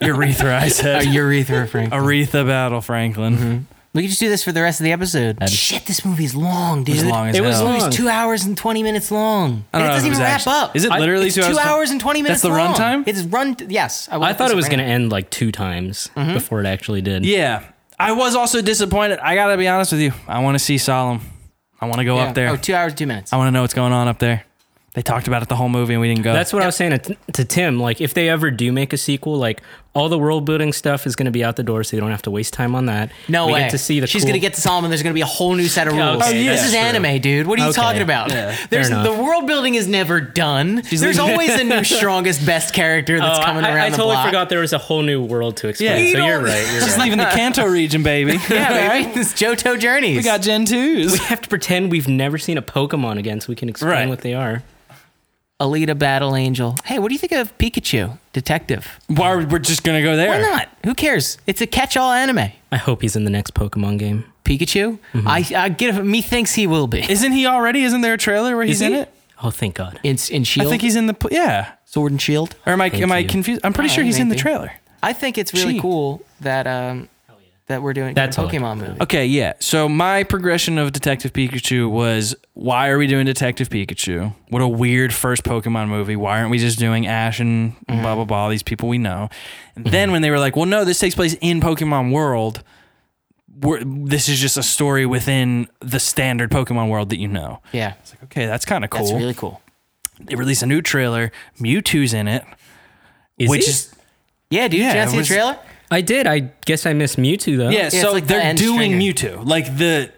Speaker 2: Urethra, I
Speaker 3: Uh,
Speaker 2: said.
Speaker 3: Urethra Frank.
Speaker 2: Aretha battle, Franklin.
Speaker 3: we could just do this for the rest of the episode. Shit, this movie's long, dude.
Speaker 2: As long as
Speaker 1: It was
Speaker 2: hell.
Speaker 1: long.
Speaker 3: It's two hours and 20 minutes long.
Speaker 2: I
Speaker 3: and it
Speaker 2: don't know
Speaker 3: doesn't
Speaker 2: if it was
Speaker 3: even wrap
Speaker 2: actually-
Speaker 3: up.
Speaker 2: Is it literally
Speaker 3: it's
Speaker 2: two hours-
Speaker 3: hours and 20 minutes
Speaker 2: That's the
Speaker 3: long.
Speaker 2: runtime?
Speaker 3: It's run. yes.
Speaker 1: I thought it was going to
Speaker 3: to
Speaker 1: end like two times
Speaker 2: Mm-hmm.
Speaker 1: before it actually did.
Speaker 2: Yeah. I was also disappointed. I gotta be honest with you. I want to see Solemn. I want to go up there.
Speaker 3: Oh, two hours, two minutes.
Speaker 2: I want to know what's going on up there. They talked about it the whole movie, and we didn't go.
Speaker 1: That's what I was saying to, to Tim. Like, if they ever do make a sequel, like, All the world building stuff is going to be out the door, so they don't have to waste time on that.
Speaker 3: No
Speaker 1: we
Speaker 3: way.
Speaker 1: Get to see the
Speaker 3: She's
Speaker 1: cool-
Speaker 3: gonna get to Solomon. There's gonna be a whole new set of
Speaker 1: Yeah,
Speaker 3: rules.
Speaker 1: okay, Oh, yeah.
Speaker 3: This is
Speaker 1: that's true.
Speaker 3: anime, dude. What are you
Speaker 1: Okay.
Speaker 3: talking about? There's
Speaker 1: Fair
Speaker 3: the
Speaker 1: enough.
Speaker 3: world building is never done. There's
Speaker 2: leaving-
Speaker 3: always a new strongest best character
Speaker 1: Oh,
Speaker 3: that's
Speaker 1: I-
Speaker 3: coming
Speaker 1: I,
Speaker 3: around
Speaker 1: I
Speaker 3: the
Speaker 1: totally
Speaker 3: block.
Speaker 1: forgot there was a whole new world to explore.
Speaker 2: Yeah. You
Speaker 1: so you're
Speaker 3: don't-
Speaker 1: right. You're
Speaker 2: Just
Speaker 1: right.
Speaker 2: leaving the Kanto region, baby.
Speaker 3: Yeah, right. This Johto journeys.
Speaker 2: We got Gen 2s.
Speaker 1: We have to pretend we've never seen a Pokemon again, so we can explain
Speaker 2: Right.
Speaker 1: what they are.
Speaker 3: Alita Battle Angel. Hey, what do you think of Pikachu Detective?
Speaker 2: Why are we- we're just gonna go there?
Speaker 3: Why not? Who cares? It's a catch-all anime.
Speaker 1: I hope he's in the next Pokemon game.
Speaker 3: Pikachu.
Speaker 1: Mm-hmm.
Speaker 3: I, I get. Me thinks he will be.
Speaker 2: Isn't he already? Isn't there a trailer where he's
Speaker 1: Is
Speaker 2: in
Speaker 1: he?
Speaker 2: it?
Speaker 1: Oh, thank God.
Speaker 3: In, in Shield,
Speaker 2: I think he's in the pl- yeah.
Speaker 3: E Sword and Shield.
Speaker 2: Or am I
Speaker 1: Thank
Speaker 2: am I
Speaker 1: you.
Speaker 2: confused? I'm pretty sure he's in the
Speaker 3: maybe.
Speaker 2: trailer.
Speaker 3: E I think it's
Speaker 1: E
Speaker 3: really
Speaker 2: Gee.
Speaker 3: cool that um that we're doing
Speaker 1: That's
Speaker 3: a
Speaker 1: all I
Speaker 3: Pokemon
Speaker 1: care
Speaker 3: movie.
Speaker 2: Okay, yeah. So my progression of Detective Pikachu was why are we doing Detective Pikachu? What a weird first Pokemon movie. Why aren't we just doing Ash and
Speaker 1: Mm-hmm.
Speaker 2: blah blah blah, these people we know? And then when they were like, "Well, no, this takes place in Pokemon World." We're, this is just a story within the standard Pokemon world that you know.
Speaker 3: Yeah,
Speaker 2: Okay, that's kind of cool.
Speaker 3: that's really cool.
Speaker 2: they released a new trailer. Mewtwo's in it,
Speaker 1: Is
Speaker 2: which
Speaker 1: he?
Speaker 2: is
Speaker 3: Yeah, dude,
Speaker 2: Yeah,
Speaker 3: did
Speaker 2: it
Speaker 3: you see the
Speaker 2: was-
Speaker 3: trailer?
Speaker 1: I did. I guess I missed Mewtwo though.
Speaker 2: Yeah,
Speaker 3: it's
Speaker 2: so
Speaker 3: like the
Speaker 2: they're
Speaker 3: end
Speaker 2: doing
Speaker 3: stringer.
Speaker 2: Mewtwo. Like the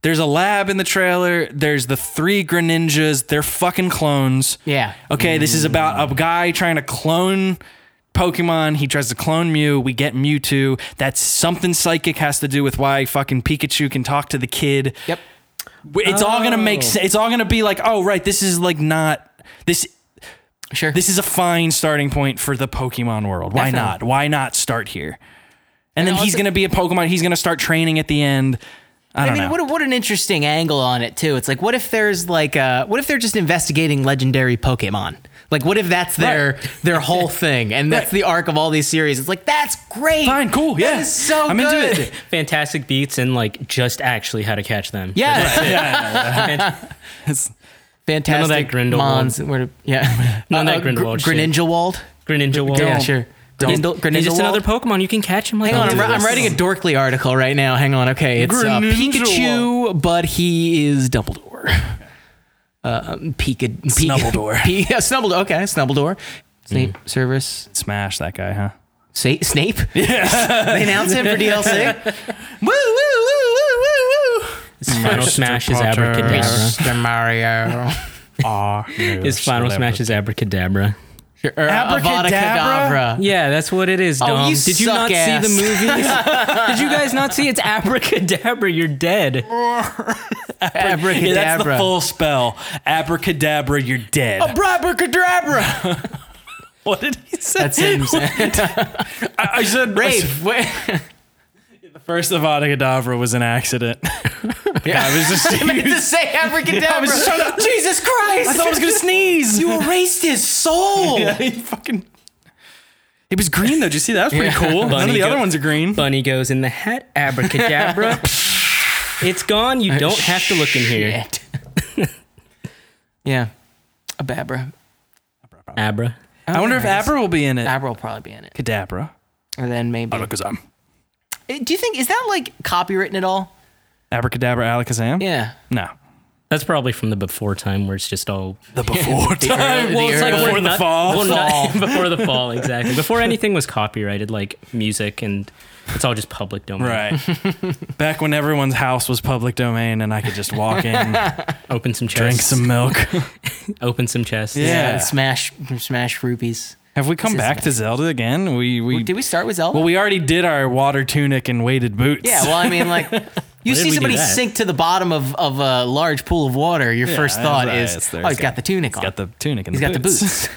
Speaker 2: there's a lab in the trailer. There's the three Greninjas. They're fucking clones.
Speaker 3: Yeah.
Speaker 2: Okay, this is about a guy trying to clone Pokemon. He tries to clone Mew. We get Mewtwo. That's something psychic has to do with why fucking Pikachu can talk to the kid.
Speaker 3: Yep.
Speaker 2: It's all gonna make
Speaker 1: Oh.
Speaker 2: sense. It's all gonna be like, oh right, this is like not this
Speaker 3: Sure.
Speaker 2: this is a fine starting point for the Pokemon world. Why
Speaker 3: Definitely.
Speaker 2: not? Why not start here? And, then
Speaker 3: And
Speaker 2: he's
Speaker 3: also-
Speaker 2: going to be a Pokemon. He's going to start training at the end. I
Speaker 3: I
Speaker 2: don't
Speaker 3: mean,
Speaker 2: know.
Speaker 3: what, a- what an interesting angle on it too. It's like, what if there's like, uh, what if they're just investigating legendary Pokemon? Like, what if that's their their whole thing, and that's
Speaker 2: Right.
Speaker 3: the arc of all these series? It's like that's great.
Speaker 2: Fine, cool.
Speaker 3: That
Speaker 2: Yeah.
Speaker 3: is so
Speaker 2: I'm into
Speaker 3: good.
Speaker 2: it.
Speaker 1: Fantastic beats and like just actually how to catch them.
Speaker 3: Yeah.
Speaker 1: None of that
Speaker 3: Fantastic.
Speaker 1: Grindelwald.
Speaker 3: Mons. Where, yeah. Uh,
Speaker 1: None of that
Speaker 3: Gr-
Speaker 1: Grindelwald shit.
Speaker 3: Grenindelwald.
Speaker 1: Greninja World.
Speaker 3: Yeah, sure. Grindel-
Speaker 1: He's just
Speaker 3: Grindelwald?
Speaker 1: another Pokemon. You can catch him. Like
Speaker 3: Hang on,
Speaker 1: Don't
Speaker 3: I'm,
Speaker 1: do
Speaker 3: ri- I'm
Speaker 1: this.
Speaker 3: writing a Dorkly article right now. Hang on, okay, it's uh,
Speaker 2: Greninja.
Speaker 3: Pikachu, but he is Dumbledore. Um, Pika, Pika,
Speaker 2: Snubbledore.
Speaker 3: P- yeah, Snubbledore. Okay, Snubbledore. Snape, Service,
Speaker 2: Smash that guy, huh?
Speaker 3: Sa- Snape. Yeah, they announced him for DLC. woo, woo, woo, woo, woo,
Speaker 1: His final
Speaker 2: Mr.
Speaker 1: smash is
Speaker 2: Potter.
Speaker 1: abracadabra.
Speaker 3: Mr. Mario.
Speaker 2: Ah,
Speaker 1: His final smash is abracadabra.
Speaker 3: Sure, or, uh, Avada
Speaker 2: Abracadabra?
Speaker 3: Kedavra.
Speaker 1: Yeah, that's what it is,
Speaker 2: Oh,
Speaker 1: Dom.
Speaker 3: you
Speaker 1: Did you
Speaker 3: suck
Speaker 1: not
Speaker 3: ass.
Speaker 1: see the movies? Did you guys not see? It's abracadabra. You're dead.
Speaker 3: Abracadabra. Oh,
Speaker 2: Yeah, that's the full spell. Abracadabra, you're dead.
Speaker 3: Abracadabra.
Speaker 2: what did he say?
Speaker 3: That's him.
Speaker 2: I, I said
Speaker 3: Brave. Wait.
Speaker 2: The first Avada Kedavra was an accident. yeah, I was just.
Speaker 3: I meant to say abracadabra.
Speaker 2: I was shut up.
Speaker 3: Jesus Christ!
Speaker 2: I thought I was gonna sneeze.
Speaker 3: you erased his soul.
Speaker 2: Yeah, he fucking. It was green though. Did you see that? That was pretty cool. None of
Speaker 1: Bunny
Speaker 2: the other
Speaker 1: go-
Speaker 2: ones are green.
Speaker 1: Bunny goes in the hat. Abracadabra. it's gone. You don't have to look in here.
Speaker 3: yeah, Ababra.
Speaker 1: Abra.
Speaker 2: I wonder if Abra will be in it.
Speaker 3: Abra will probably be in it,
Speaker 2: Kadabra.
Speaker 3: or then maybe.
Speaker 2: Alakazam.
Speaker 3: Eh, Do you think is that like copywritten at all?
Speaker 2: Abracadabra Alakazam?
Speaker 3: Yeah.
Speaker 2: No.
Speaker 1: That's probably from the before time where it's just all
Speaker 2: The before
Speaker 3: time.
Speaker 2: well,
Speaker 3: the
Speaker 2: it's like
Speaker 3: early-
Speaker 2: before the fall.
Speaker 1: Well, not- before the fall, exactly. Before anything was copyrighted, like music, and it's all just public domain.
Speaker 2: Right. Back when everyone's house was public domain and I could just walk in,
Speaker 1: Open some chests.
Speaker 2: drink some milk.
Speaker 1: Open some chests.
Speaker 2: Yeah.
Speaker 3: Smash, smash rupees.
Speaker 2: Have we come
Speaker 3: This is
Speaker 2: back to Zelda again? We we
Speaker 3: Did we start with Zelda?
Speaker 2: Well, we already did our water tunic and weighted boots.
Speaker 3: yeah. Well, I mean, like. You
Speaker 1: did we
Speaker 3: see
Speaker 1: do
Speaker 3: somebody
Speaker 1: that?
Speaker 3: sink to the bottom of, of a large pool of water. Your first
Speaker 2: I was
Speaker 3: thought
Speaker 2: like, it's
Speaker 3: is,
Speaker 2: there,
Speaker 3: "Oh,
Speaker 2: it's
Speaker 3: he's got the tunic on.
Speaker 2: Got the tunic and
Speaker 3: he's
Speaker 2: the
Speaker 3: got the boots."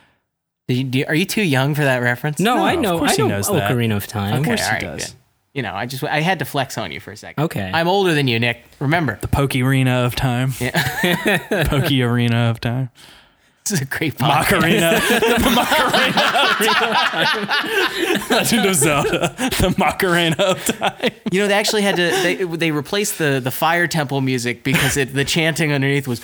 Speaker 3: Did you, do, are you too young for that reference?
Speaker 1: No,
Speaker 2: No,
Speaker 1: I
Speaker 2: of
Speaker 1: know.
Speaker 2: course
Speaker 1: I
Speaker 2: he
Speaker 1: know
Speaker 2: knows that.
Speaker 1: Ocarina of
Speaker 2: Okay.
Speaker 1: Time.
Speaker 3: Okay,
Speaker 2: course
Speaker 3: all
Speaker 2: he
Speaker 3: right,
Speaker 2: does.
Speaker 3: good. You know, I just I had to flex on you for a second.
Speaker 1: Okay.
Speaker 3: I'm older than you, Nick. Remember,
Speaker 2: Poke arena of time. Yeah. Poke arena of time.
Speaker 3: this is a great podcast.
Speaker 2: Macarena. the Macarena. Legend of Zelda. The Macarena of time.
Speaker 3: You know, they actually had to they they replaced the the fire temple music because it the chanting underneath was.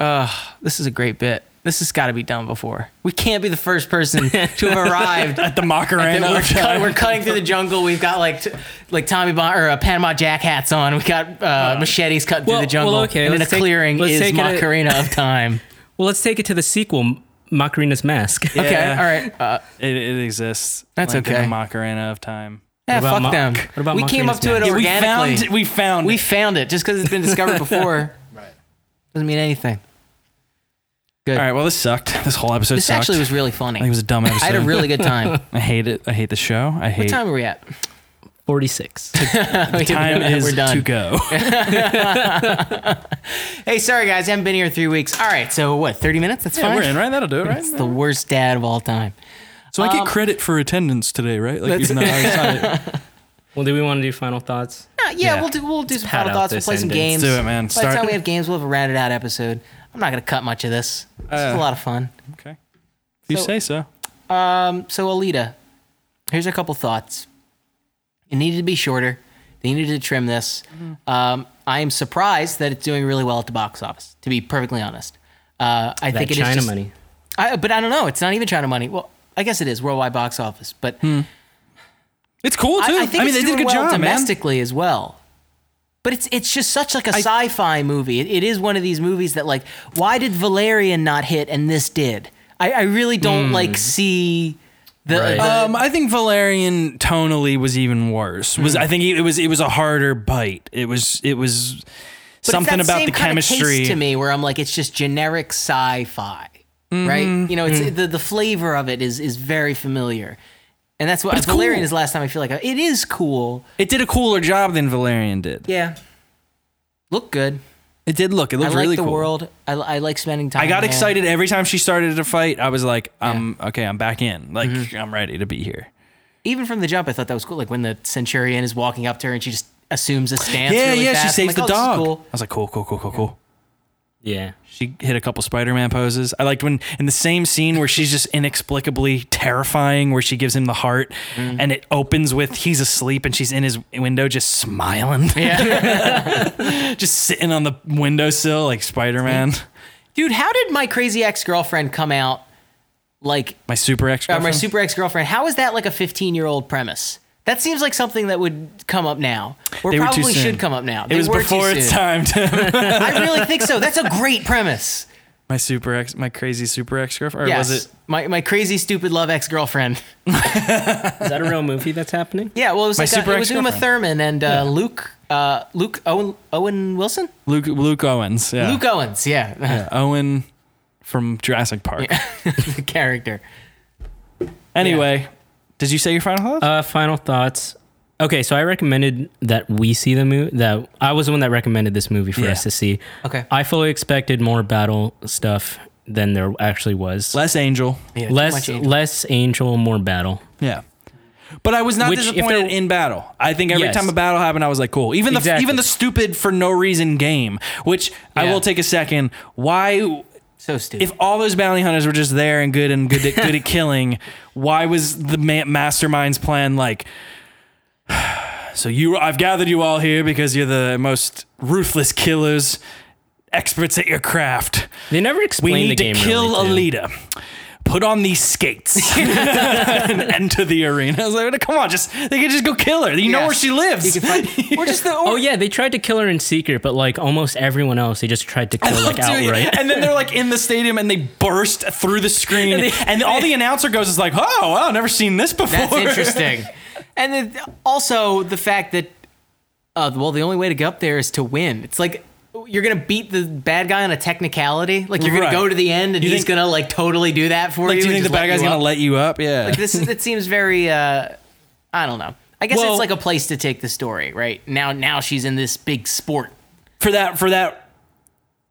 Speaker 3: uh, this is a great bit. This has got to be done before. We can't be the first person to have arrived.
Speaker 2: At the Macarena.
Speaker 3: We're,
Speaker 2: of time.
Speaker 3: cut, we're cutting through the jungle. We've got like t- like Tommy Bon or uh, Panama Jack hats on. We got uh, machetes cutting
Speaker 1: well-
Speaker 3: through the jungle.
Speaker 1: well, okay,
Speaker 3: and in a
Speaker 1: let's take-
Speaker 3: clearing
Speaker 1: let's
Speaker 3: is
Speaker 1: take it a-
Speaker 3: Macarena of time.
Speaker 1: Well, let's take it to the sequel, Macarina's Mask.
Speaker 3: Okay,
Speaker 2: Yeah.
Speaker 3: all right. Uh,
Speaker 2: It, it exists.
Speaker 3: That's
Speaker 2: like In
Speaker 3: okay.
Speaker 2: the Macarena of time.
Speaker 3: yeah,
Speaker 1: about
Speaker 3: fuck
Speaker 1: Ma-
Speaker 3: them.
Speaker 1: what about
Speaker 3: we came
Speaker 1: Macarena's
Speaker 3: up to it
Speaker 1: Mask?
Speaker 2: we
Speaker 3: organically.
Speaker 2: found. We found.
Speaker 3: We found it just because it's been discovered before. right. Doesn't mean anything.
Speaker 2: All right. Well, this sucked. This whole episode
Speaker 3: This
Speaker 2: sucked.
Speaker 3: actually was really
Speaker 2: I think it
Speaker 3: funny.
Speaker 2: was a dumb episode.
Speaker 3: I had a really good time.
Speaker 2: I hate it. I hate the show. I hate
Speaker 3: What time are we at?
Speaker 1: 46.
Speaker 2: time
Speaker 3: We're
Speaker 2: is
Speaker 3: done.
Speaker 2: to go.
Speaker 3: Hey, sorry guys, I haven't been here in three weeks. All right, so what? Thirty minutes? That's fine.
Speaker 2: we're in, right? That'll do it, right?
Speaker 3: It's the Um, worst dad of all time.
Speaker 2: So I get credit for attendance today, right? Like even though I was on it.
Speaker 1: well, do we want to do final thoughts?
Speaker 3: No, Uh, yeah,
Speaker 2: Yeah.
Speaker 3: we'll do we'll do some
Speaker 1: pad
Speaker 3: final thoughts.
Speaker 1: out
Speaker 3: We'll
Speaker 1: this
Speaker 3: play some
Speaker 1: ending.
Speaker 3: games.
Speaker 1: Let's
Speaker 2: do it, man.
Speaker 3: By
Speaker 2: Start-
Speaker 3: the time we have games, we'll have a rounded out episode. I'm not gonna cut much of this. It's just a
Speaker 2: Uh.
Speaker 3: lot of fun.
Speaker 2: Okay. If you
Speaker 3: So-
Speaker 2: say so.
Speaker 3: Um, so Alita, here's a couple thoughts. It needed to be shorter. They needed to trim this.
Speaker 2: Mm-hmm.
Speaker 3: Um, I am surprised that it's doing really well at the box office. To be perfectly honest, uh, I
Speaker 1: That
Speaker 3: think it is
Speaker 1: China
Speaker 3: just-
Speaker 1: money.
Speaker 3: I, but I don't know. It's not even China money. Well, I guess it is worldwide box office, but
Speaker 2: It's cool Hmm. too.
Speaker 3: I, I think
Speaker 2: mean,
Speaker 3: it's
Speaker 2: they did a
Speaker 3: doing
Speaker 2: good
Speaker 3: well
Speaker 2: job, man.
Speaker 3: domestically as well. But it's it's just such like a sci-fi movie. It, it is one of these movies that like, why did Valerian not hit and this did? I, I really don't like see the,
Speaker 1: Right.
Speaker 3: the-
Speaker 2: Hmm. Um, I think Valerian tonally was even worse.
Speaker 3: Hmm.
Speaker 2: Was I think it was it was a harder bite. It was it was
Speaker 3: but it's
Speaker 2: something
Speaker 3: that
Speaker 2: about
Speaker 3: same
Speaker 2: the
Speaker 3: kinda case
Speaker 2: chemistry.
Speaker 3: to me where I'm like, it's just generic sci-fi,
Speaker 2: Mm-hmm.
Speaker 3: right? You know, it's the the flavor of it is is very familiar, and that's what
Speaker 2: it's
Speaker 3: Valerian
Speaker 2: cool.
Speaker 3: is. Last time I feel like it is cool.
Speaker 2: It did a cooler job than Valerian did.
Speaker 3: Yeah, look good.
Speaker 2: It did look. It
Speaker 3: I
Speaker 2: looked
Speaker 3: like
Speaker 2: really
Speaker 3: the
Speaker 2: cool.
Speaker 3: world. I, I like spending time.
Speaker 2: I got
Speaker 3: there.
Speaker 2: excited every time she started to fight. I was like, "I'm okay. I'm back in. Like,
Speaker 3: Mm-hmm.
Speaker 2: I'm ready to be here."
Speaker 3: even from the jump, I thought that was cool. Like when the centurion is walking up to her and she just assumes a stance.
Speaker 2: yeah,
Speaker 3: really
Speaker 2: yeah.
Speaker 3: fast.
Speaker 2: She
Speaker 3: I'm
Speaker 2: saves
Speaker 3: like, oh,
Speaker 2: the
Speaker 3: this is
Speaker 2: dog.
Speaker 3: cool.
Speaker 2: I was like, "Cool, cool, cool, cool, cool."
Speaker 1: Yeah.
Speaker 2: She hit a couple Spider-Man poses. I liked when in the same scene where she's just inexplicably terrifying, where she gives him the heart,
Speaker 3: Mm-hmm.
Speaker 2: and it opens with he's asleep and she's in his window just smiling,
Speaker 3: Yeah.
Speaker 2: just sitting on the windowsill like Spider-Man.
Speaker 3: Dude, how did my crazy ex girlfriend come out like
Speaker 2: My super ex.
Speaker 3: uh, my
Speaker 2: girlfriend.
Speaker 3: super ex girlfriend? How is that like a 15 year old premise? That seems like something that would come up now, or
Speaker 2: They were too
Speaker 3: probably
Speaker 2: soon.
Speaker 3: should come up now.
Speaker 2: It
Speaker 3: They
Speaker 2: was
Speaker 3: were too
Speaker 2: before its
Speaker 3: soon.
Speaker 2: time. Tim.
Speaker 3: I really think so. That's a great premise.
Speaker 2: my super ex, my crazy super ex girlfriend, or
Speaker 3: Yes,
Speaker 2: was it?
Speaker 3: my my crazy stupid love ex girlfriend.
Speaker 1: Is that a real movie that's happening?
Speaker 3: Yeah, well, it was
Speaker 2: My
Speaker 3: like uh,
Speaker 2: super
Speaker 3: it was Uma
Speaker 2: ex-girlfriend.
Speaker 3: Thurman and uh, Luke uh, Luke Owen Owen Wilson.
Speaker 2: Luke Luke Owens. Yeah.
Speaker 3: Luke Owens, yeah,
Speaker 2: Owen from Jurassic Park.
Speaker 3: the character.
Speaker 2: Anyway, did you say your final thoughts?
Speaker 1: Uh, final thoughts. Okay, so I recommended that we see the movie. That I was the one that recommended this movie for
Speaker 2: Yeah.
Speaker 1: us to see.
Speaker 3: Okay.
Speaker 1: I fully expected more battle stuff than there actually was.
Speaker 2: Less Angel.
Speaker 3: Yeah, too
Speaker 1: less,
Speaker 3: much Uh, angel.
Speaker 1: less angel, more battle.
Speaker 2: Yeah. But I was not
Speaker 1: Which, if
Speaker 2: disappointed
Speaker 1: there-
Speaker 2: in battle. I think every
Speaker 1: Yes.
Speaker 2: time a battle happened, I was like, cool. Even the
Speaker 1: Exactly.
Speaker 2: even the stupid for no reason game, which I
Speaker 3: Yeah.
Speaker 2: will take a second. Why,
Speaker 3: so stupid.
Speaker 2: if all those bounty hunters were just there and good and good at, good at killing, why was the ma- mastermind's plan like? So you, I've gathered you all here because you're the most ruthless killers, experts at your craft.
Speaker 1: They never
Speaker 2: We
Speaker 1: explained
Speaker 2: need
Speaker 1: the game.
Speaker 2: to kill
Speaker 1: really, too.
Speaker 2: Alita. Put on these skates and enter the arena. I was like, come on, just they can just go kill her. You know
Speaker 3: Yes.
Speaker 2: where she lives.
Speaker 3: You can find- or just the
Speaker 1: Oh yeah, they tried to kill her in secret, but like almost everyone else, they just tried to kill
Speaker 3: Oh,
Speaker 1: like
Speaker 2: Dude,
Speaker 1: outright.
Speaker 2: And then they're like in the stadium and they burst through the screen. and, all the announcer goes is like, oh, wow, never seen this before.
Speaker 3: That's interesting. And then also the fact that, uh, well, the only way to get up there is to win. It's like you're gonna beat the bad guy on a technicality. Like you're gonna
Speaker 2: Right.
Speaker 3: go to the end, and
Speaker 2: You
Speaker 3: he's
Speaker 2: think-
Speaker 3: gonna like totally do that for
Speaker 2: Like,
Speaker 3: you.
Speaker 2: do you
Speaker 3: and
Speaker 2: think the
Speaker 3: just
Speaker 2: bad
Speaker 3: let
Speaker 2: guy's
Speaker 3: you
Speaker 2: gonna
Speaker 3: up.
Speaker 2: let you up? Yeah.
Speaker 3: Like, this is, it seems very. Uh, I don't know. I guess
Speaker 2: Well-
Speaker 3: it's like a place to take the story, right? Now, now she's in this big sport.
Speaker 2: for that for that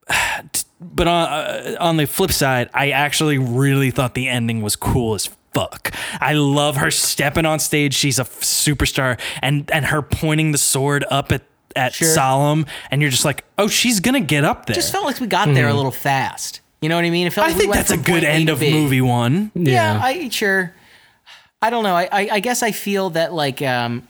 Speaker 2: but on uh, on the flip side i actually really thought the ending was cool as fuck i love her stepping on stage she's a f- superstar and and her pointing the sword up at at
Speaker 3: Sure.
Speaker 2: solemn and you're just like oh she's gonna get up there
Speaker 3: Just felt like we got there a little fast. You know what I mean? It felt
Speaker 2: Hmm. i
Speaker 3: like we
Speaker 2: think
Speaker 3: went
Speaker 2: that's a
Speaker 3: from
Speaker 2: good
Speaker 3: point
Speaker 2: end
Speaker 3: to
Speaker 2: of
Speaker 3: B.
Speaker 2: movie one
Speaker 3: Yeah, I sure. I don't know. I, I I guess I feel that like um,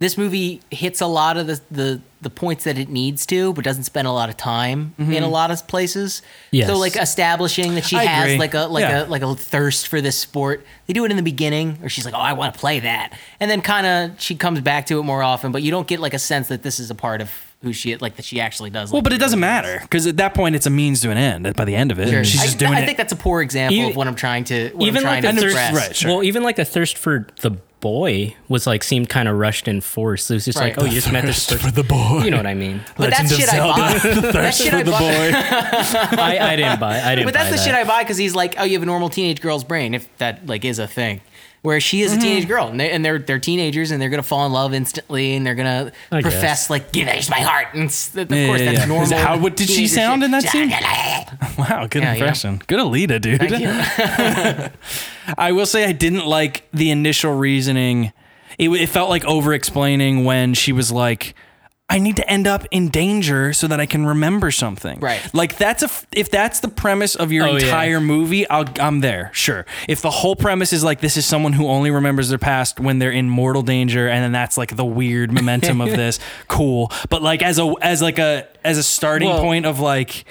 Speaker 3: this movie hits a lot of the, the the points that it needs to, but doesn't spend a lot of time in a lot of places.
Speaker 1: Yes.
Speaker 3: So like establishing that she
Speaker 2: I
Speaker 3: has
Speaker 2: agree.
Speaker 3: like a like
Speaker 2: Yeah.
Speaker 3: a like a thirst for this sport. They do it in the beginning, or she's like, "Oh, I want to play that," and then kind of she comes back to it more often. But you don't get like a sense that this is a part of who she like that she actually does.
Speaker 2: Well, but it doesn't matter because at that point it's a means to an end. By the end of it, she's
Speaker 3: I,
Speaker 2: just doing
Speaker 3: I
Speaker 2: it.
Speaker 3: think that's a poor example
Speaker 1: You-
Speaker 3: of what I'm trying to what
Speaker 1: even
Speaker 3: I'm
Speaker 1: like
Speaker 3: trying
Speaker 1: the
Speaker 3: to
Speaker 1: thirst,
Speaker 3: express.
Speaker 2: right, sure.
Speaker 1: well, even like the thirst for the boy was like seemed kind of rushed and forced. It was just like,
Speaker 3: Right.
Speaker 1: oh, you just met this
Speaker 2: Thirst
Speaker 1: person.
Speaker 2: the boy.
Speaker 1: You know what I mean?
Speaker 3: But that's shit I bought. That shit I
Speaker 2: for the
Speaker 3: bought.
Speaker 2: boy.
Speaker 1: I, I didn't buy. I didn't.
Speaker 3: But that's
Speaker 1: buy
Speaker 3: the
Speaker 1: that.
Speaker 3: shit I buy because he's like, oh, you have a normal teenage girl's brain, if that like is a thing. Where she
Speaker 2: Mm-hmm.
Speaker 3: is a teenage girl, and, they, and they're they're teenagers, and they're gonna fall in love instantly, and they're gonna
Speaker 1: I guess.
Speaker 3: profess like, "Give me my heart," and s- of
Speaker 2: Yeah,
Speaker 3: course
Speaker 2: yeah,
Speaker 3: that's
Speaker 2: yeah.
Speaker 3: normal.
Speaker 2: Is that how- what did she
Speaker 3: teenager
Speaker 2: sound
Speaker 3: shit.
Speaker 2: in that scene? wow, good
Speaker 3: Yeah, yeah.
Speaker 2: impression. Good Alita, dude.
Speaker 3: Thank you.
Speaker 2: I will say I didn't like the initial reasoning. It, it felt like over explaining when she was like, I need to end up in danger so that I can remember something.
Speaker 3: Right.
Speaker 2: Like that's a f- if that's the premise of your
Speaker 1: Oh, yeah.
Speaker 2: entire movie, I'll, I'm there. Sure. If the whole premise is like this is someone who only remembers their past when they're in mortal danger, and then that's like the weird momentum of this, cool. But like as a as like a as a starting
Speaker 1: Well-
Speaker 2: point of like,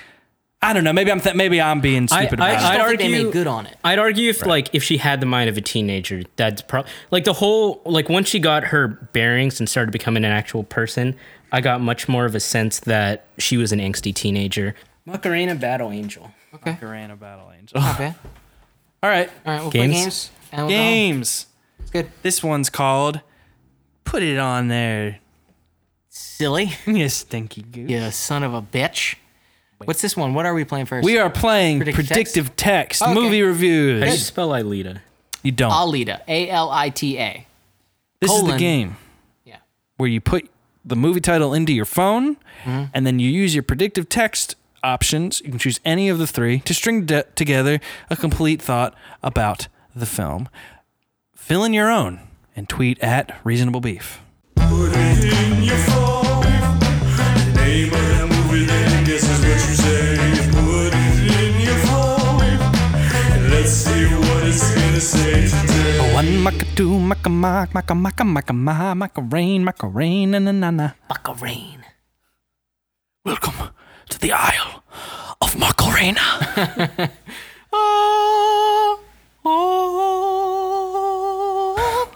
Speaker 2: I don't know. Maybe I'm th- maybe I'm being stupid.
Speaker 1: I-
Speaker 2: about it.
Speaker 3: I
Speaker 1: I'd
Speaker 3: don't think they
Speaker 1: argue-
Speaker 3: made good on it.
Speaker 1: I'd argue if like if she had the mind of a teenager, that's probably like the whole like once she got her bearings and started becoming an actual person, I got much more of a sense that she was an angsty teenager. Macarena Battle Angel.
Speaker 2: Macarena Battle Angel.
Speaker 3: Okay,
Speaker 2: All right.
Speaker 3: all right, we'll play
Speaker 1: Games?
Speaker 3: games. And we'll go home.
Speaker 2: Games.
Speaker 3: It's good.
Speaker 2: This one's called Put It On There.
Speaker 3: Silly.
Speaker 2: You stinky goose.
Speaker 3: You son of a bitch. What's this one? What are we playing first?
Speaker 2: We are playing
Speaker 3: Predictive
Speaker 2: predictive text,
Speaker 3: okay.
Speaker 2: movie
Speaker 1: How do
Speaker 2: reviews.
Speaker 1: you spell Lolita?
Speaker 2: You don't.
Speaker 3: Alita. A L I T A.
Speaker 2: this is the
Speaker 3: colon.
Speaker 2: game
Speaker 3: Yeah.
Speaker 2: where you put the movie title into your phone and then you use your predictive text options. You can choose any of the three to string de- together a complete thought about the film. Fill in your own and tweet at Reasonable Beef.
Speaker 4: Put it in your phone. The name of that movie, then I guess is what you say. Put it in your phone. And let's see what it's gonna say today.
Speaker 2: One maca two maca mac maca maca maca ma maca rain maca rain na na na na.
Speaker 3: Buckarine.
Speaker 2: Welcome to the Isle of Macarena.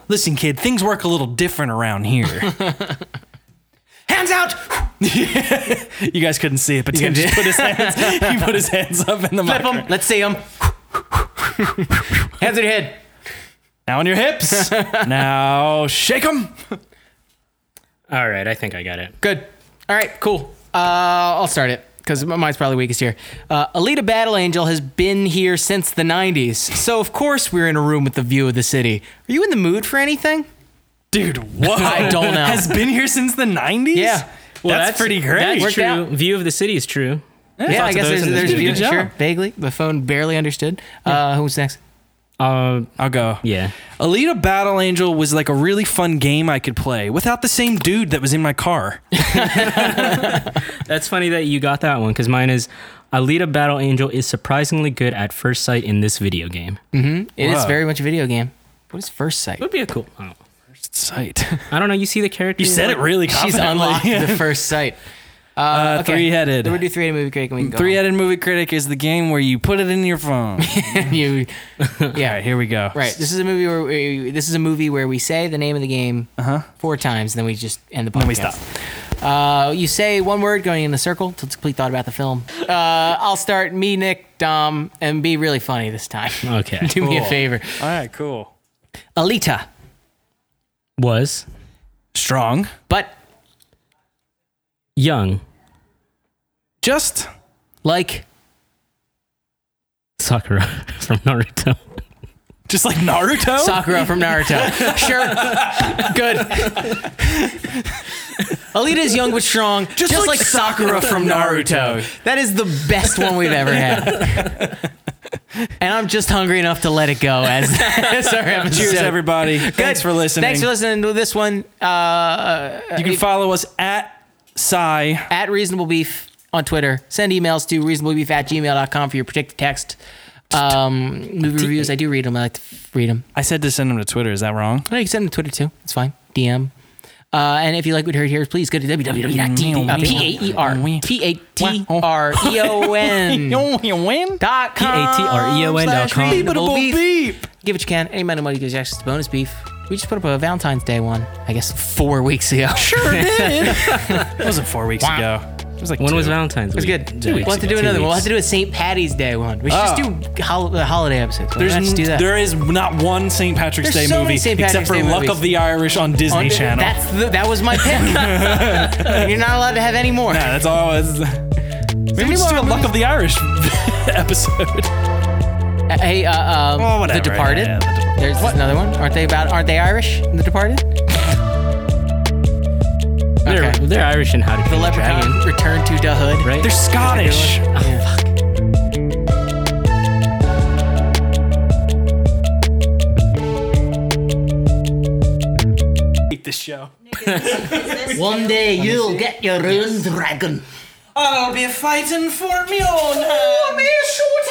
Speaker 2: Listen, kid, things work a little different around here.
Speaker 3: Hands out.
Speaker 2: you guys couldn't see it, but Tim just put his hands. He put his hands up in the
Speaker 3: Flip
Speaker 2: mic.
Speaker 3: them. Let's see them. Hands on your head.
Speaker 2: Now on your hips. now shake them.
Speaker 1: All right, I think I got it.
Speaker 3: Good. All right, cool. Uh, I'll start it because mine's probably weakest here. Uh, Alita Battle Angel has been here since the 90s, so of course we're in a room with the view of the city. Are you in the mood for anything?
Speaker 2: Dude, what?
Speaker 3: I don't know.
Speaker 2: Has been here since the '90s.
Speaker 3: Yeah.
Speaker 2: well, that's, pretty great.
Speaker 1: That's
Speaker 3: Worked
Speaker 1: true.
Speaker 3: out.
Speaker 1: View of the city is true.
Speaker 3: yeah,
Speaker 2: lots
Speaker 3: I guess
Speaker 2: of those
Speaker 3: there's,
Speaker 2: in this
Speaker 3: there's a
Speaker 2: video.
Speaker 3: view.
Speaker 2: Good job.
Speaker 3: Sure, vaguely. The phone barely understood. Uh, who's next?
Speaker 1: Uh,
Speaker 2: I'll go.
Speaker 1: yeah.
Speaker 2: Alita Battle Angel was like a really fun game I could play without the same dude that was in my car.
Speaker 1: That's funny that you got that one because mine is Alita Battle Angel is surprisingly good at first sight in this video game.
Speaker 3: It is
Speaker 2: Whoa.
Speaker 3: very much a video game. What is first sight?
Speaker 1: would be a cool. I don't know.
Speaker 2: Sight.
Speaker 1: I don't know. You see the character.
Speaker 2: You said it really
Speaker 3: She's
Speaker 2: confidently.
Speaker 3: unlocked the first sight. Uh, okay.
Speaker 2: three-headed.
Speaker 3: Then we do three-headed movie critic and we can go. home.
Speaker 2: Three-headed movie critic is the game where you put it in your phone. All
Speaker 3: you, yeah.
Speaker 2: right, here we go.
Speaker 3: Right. This is a movie where we, this is a movie where we say the name of the game four times, and then we just end the podcast.
Speaker 2: Then we stop.
Speaker 3: Uh, you say one word going in the circle till it's a complete thought about the film. Uh, I'll start me, Nick, Dom, and be really funny this time.
Speaker 1: Okay.
Speaker 3: Do me a
Speaker 2: Cool.
Speaker 3: favor.
Speaker 2: All right, cool.
Speaker 3: Alita,
Speaker 1: Was
Speaker 2: Strong.
Speaker 3: but
Speaker 1: young
Speaker 2: Just
Speaker 3: like
Speaker 1: Sakura from Naruto.
Speaker 2: just like Naruto?
Speaker 3: Sakura from Naruto. sure. Good. Alita's young but strong, just, like, Sakura from Naruto. That is the best one we've ever had. and I'm just hungry enough to let it go as, as our episode.
Speaker 2: Cheers, everybody. Thanks for listening.
Speaker 3: Thanks for listening to this one Uh,
Speaker 2: You can follow us at Psy.
Speaker 3: at Reasonable Beef on Twitter. Send emails to reasonablebeef at gmail.com for your predictive text. Um, movie reviews, I do read them. I like to read them.
Speaker 2: I said to send them to Twitter. Is that wrong?
Speaker 3: No, you can send them to Twitter too. It's fine. DM. Uh, and if you like what you heard here, please go to E
Speaker 2: Hmm.
Speaker 3: www.patreon.com.
Speaker 2: you win?
Speaker 1: P-A-T-R-E-O-N E dot com.
Speaker 3: slash reasonable
Speaker 2: Beep.
Speaker 3: beef. Give what you can. Any amount of money gives you access to bonus beef. We just put up a Valentine's Day one, I guess four weeks ago. Sure did.
Speaker 2: That wasn't four weeks ago. It was like
Speaker 1: When
Speaker 2: two.
Speaker 1: was Valentine's?
Speaker 3: It's
Speaker 1: Week?
Speaker 3: good.
Speaker 1: Two weeks
Speaker 3: We'll have to do
Speaker 1: ago. Two
Speaker 3: another one. We'll
Speaker 1: weeks.
Speaker 3: have to
Speaker 1: Oh.
Speaker 3: do a St. Patty's Day one. We should just do hol- uh, holiday episodes. Why
Speaker 2: There's
Speaker 3: not just do that.
Speaker 2: There is not one St. Patrick's
Speaker 3: There's
Speaker 2: Day
Speaker 3: so many
Speaker 2: movie
Speaker 3: St.
Speaker 2: except
Speaker 3: Patrick's
Speaker 2: for
Speaker 3: Day
Speaker 2: Luck
Speaker 3: movies.
Speaker 2: of the Irish on Disney
Speaker 3: Oh,
Speaker 2: Channel.
Speaker 3: That's the, that was my pick. You're not allowed to have any more.
Speaker 2: yeah, that's all. That's, maybe we should do a
Speaker 3: more
Speaker 2: Luck of the Irish episode.
Speaker 3: Hey, uh, um,
Speaker 2: Well,
Speaker 3: The
Speaker 2: whatever.
Speaker 3: Departed.
Speaker 2: Yeah, The Departed.
Speaker 3: There's another one. Aren't they about? Aren't they Irish? in The Departed.
Speaker 1: They're,
Speaker 3: Okay.
Speaker 1: they're Irish and how to
Speaker 3: The
Speaker 1: train Your
Speaker 3: Leprechaun
Speaker 1: dragon,
Speaker 3: Return to the Hood.
Speaker 1: right?
Speaker 2: They're Scottish. Hate this show.
Speaker 3: One day you'll get your own dragon.
Speaker 2: I'll be fighting for me own.
Speaker 3: Shoot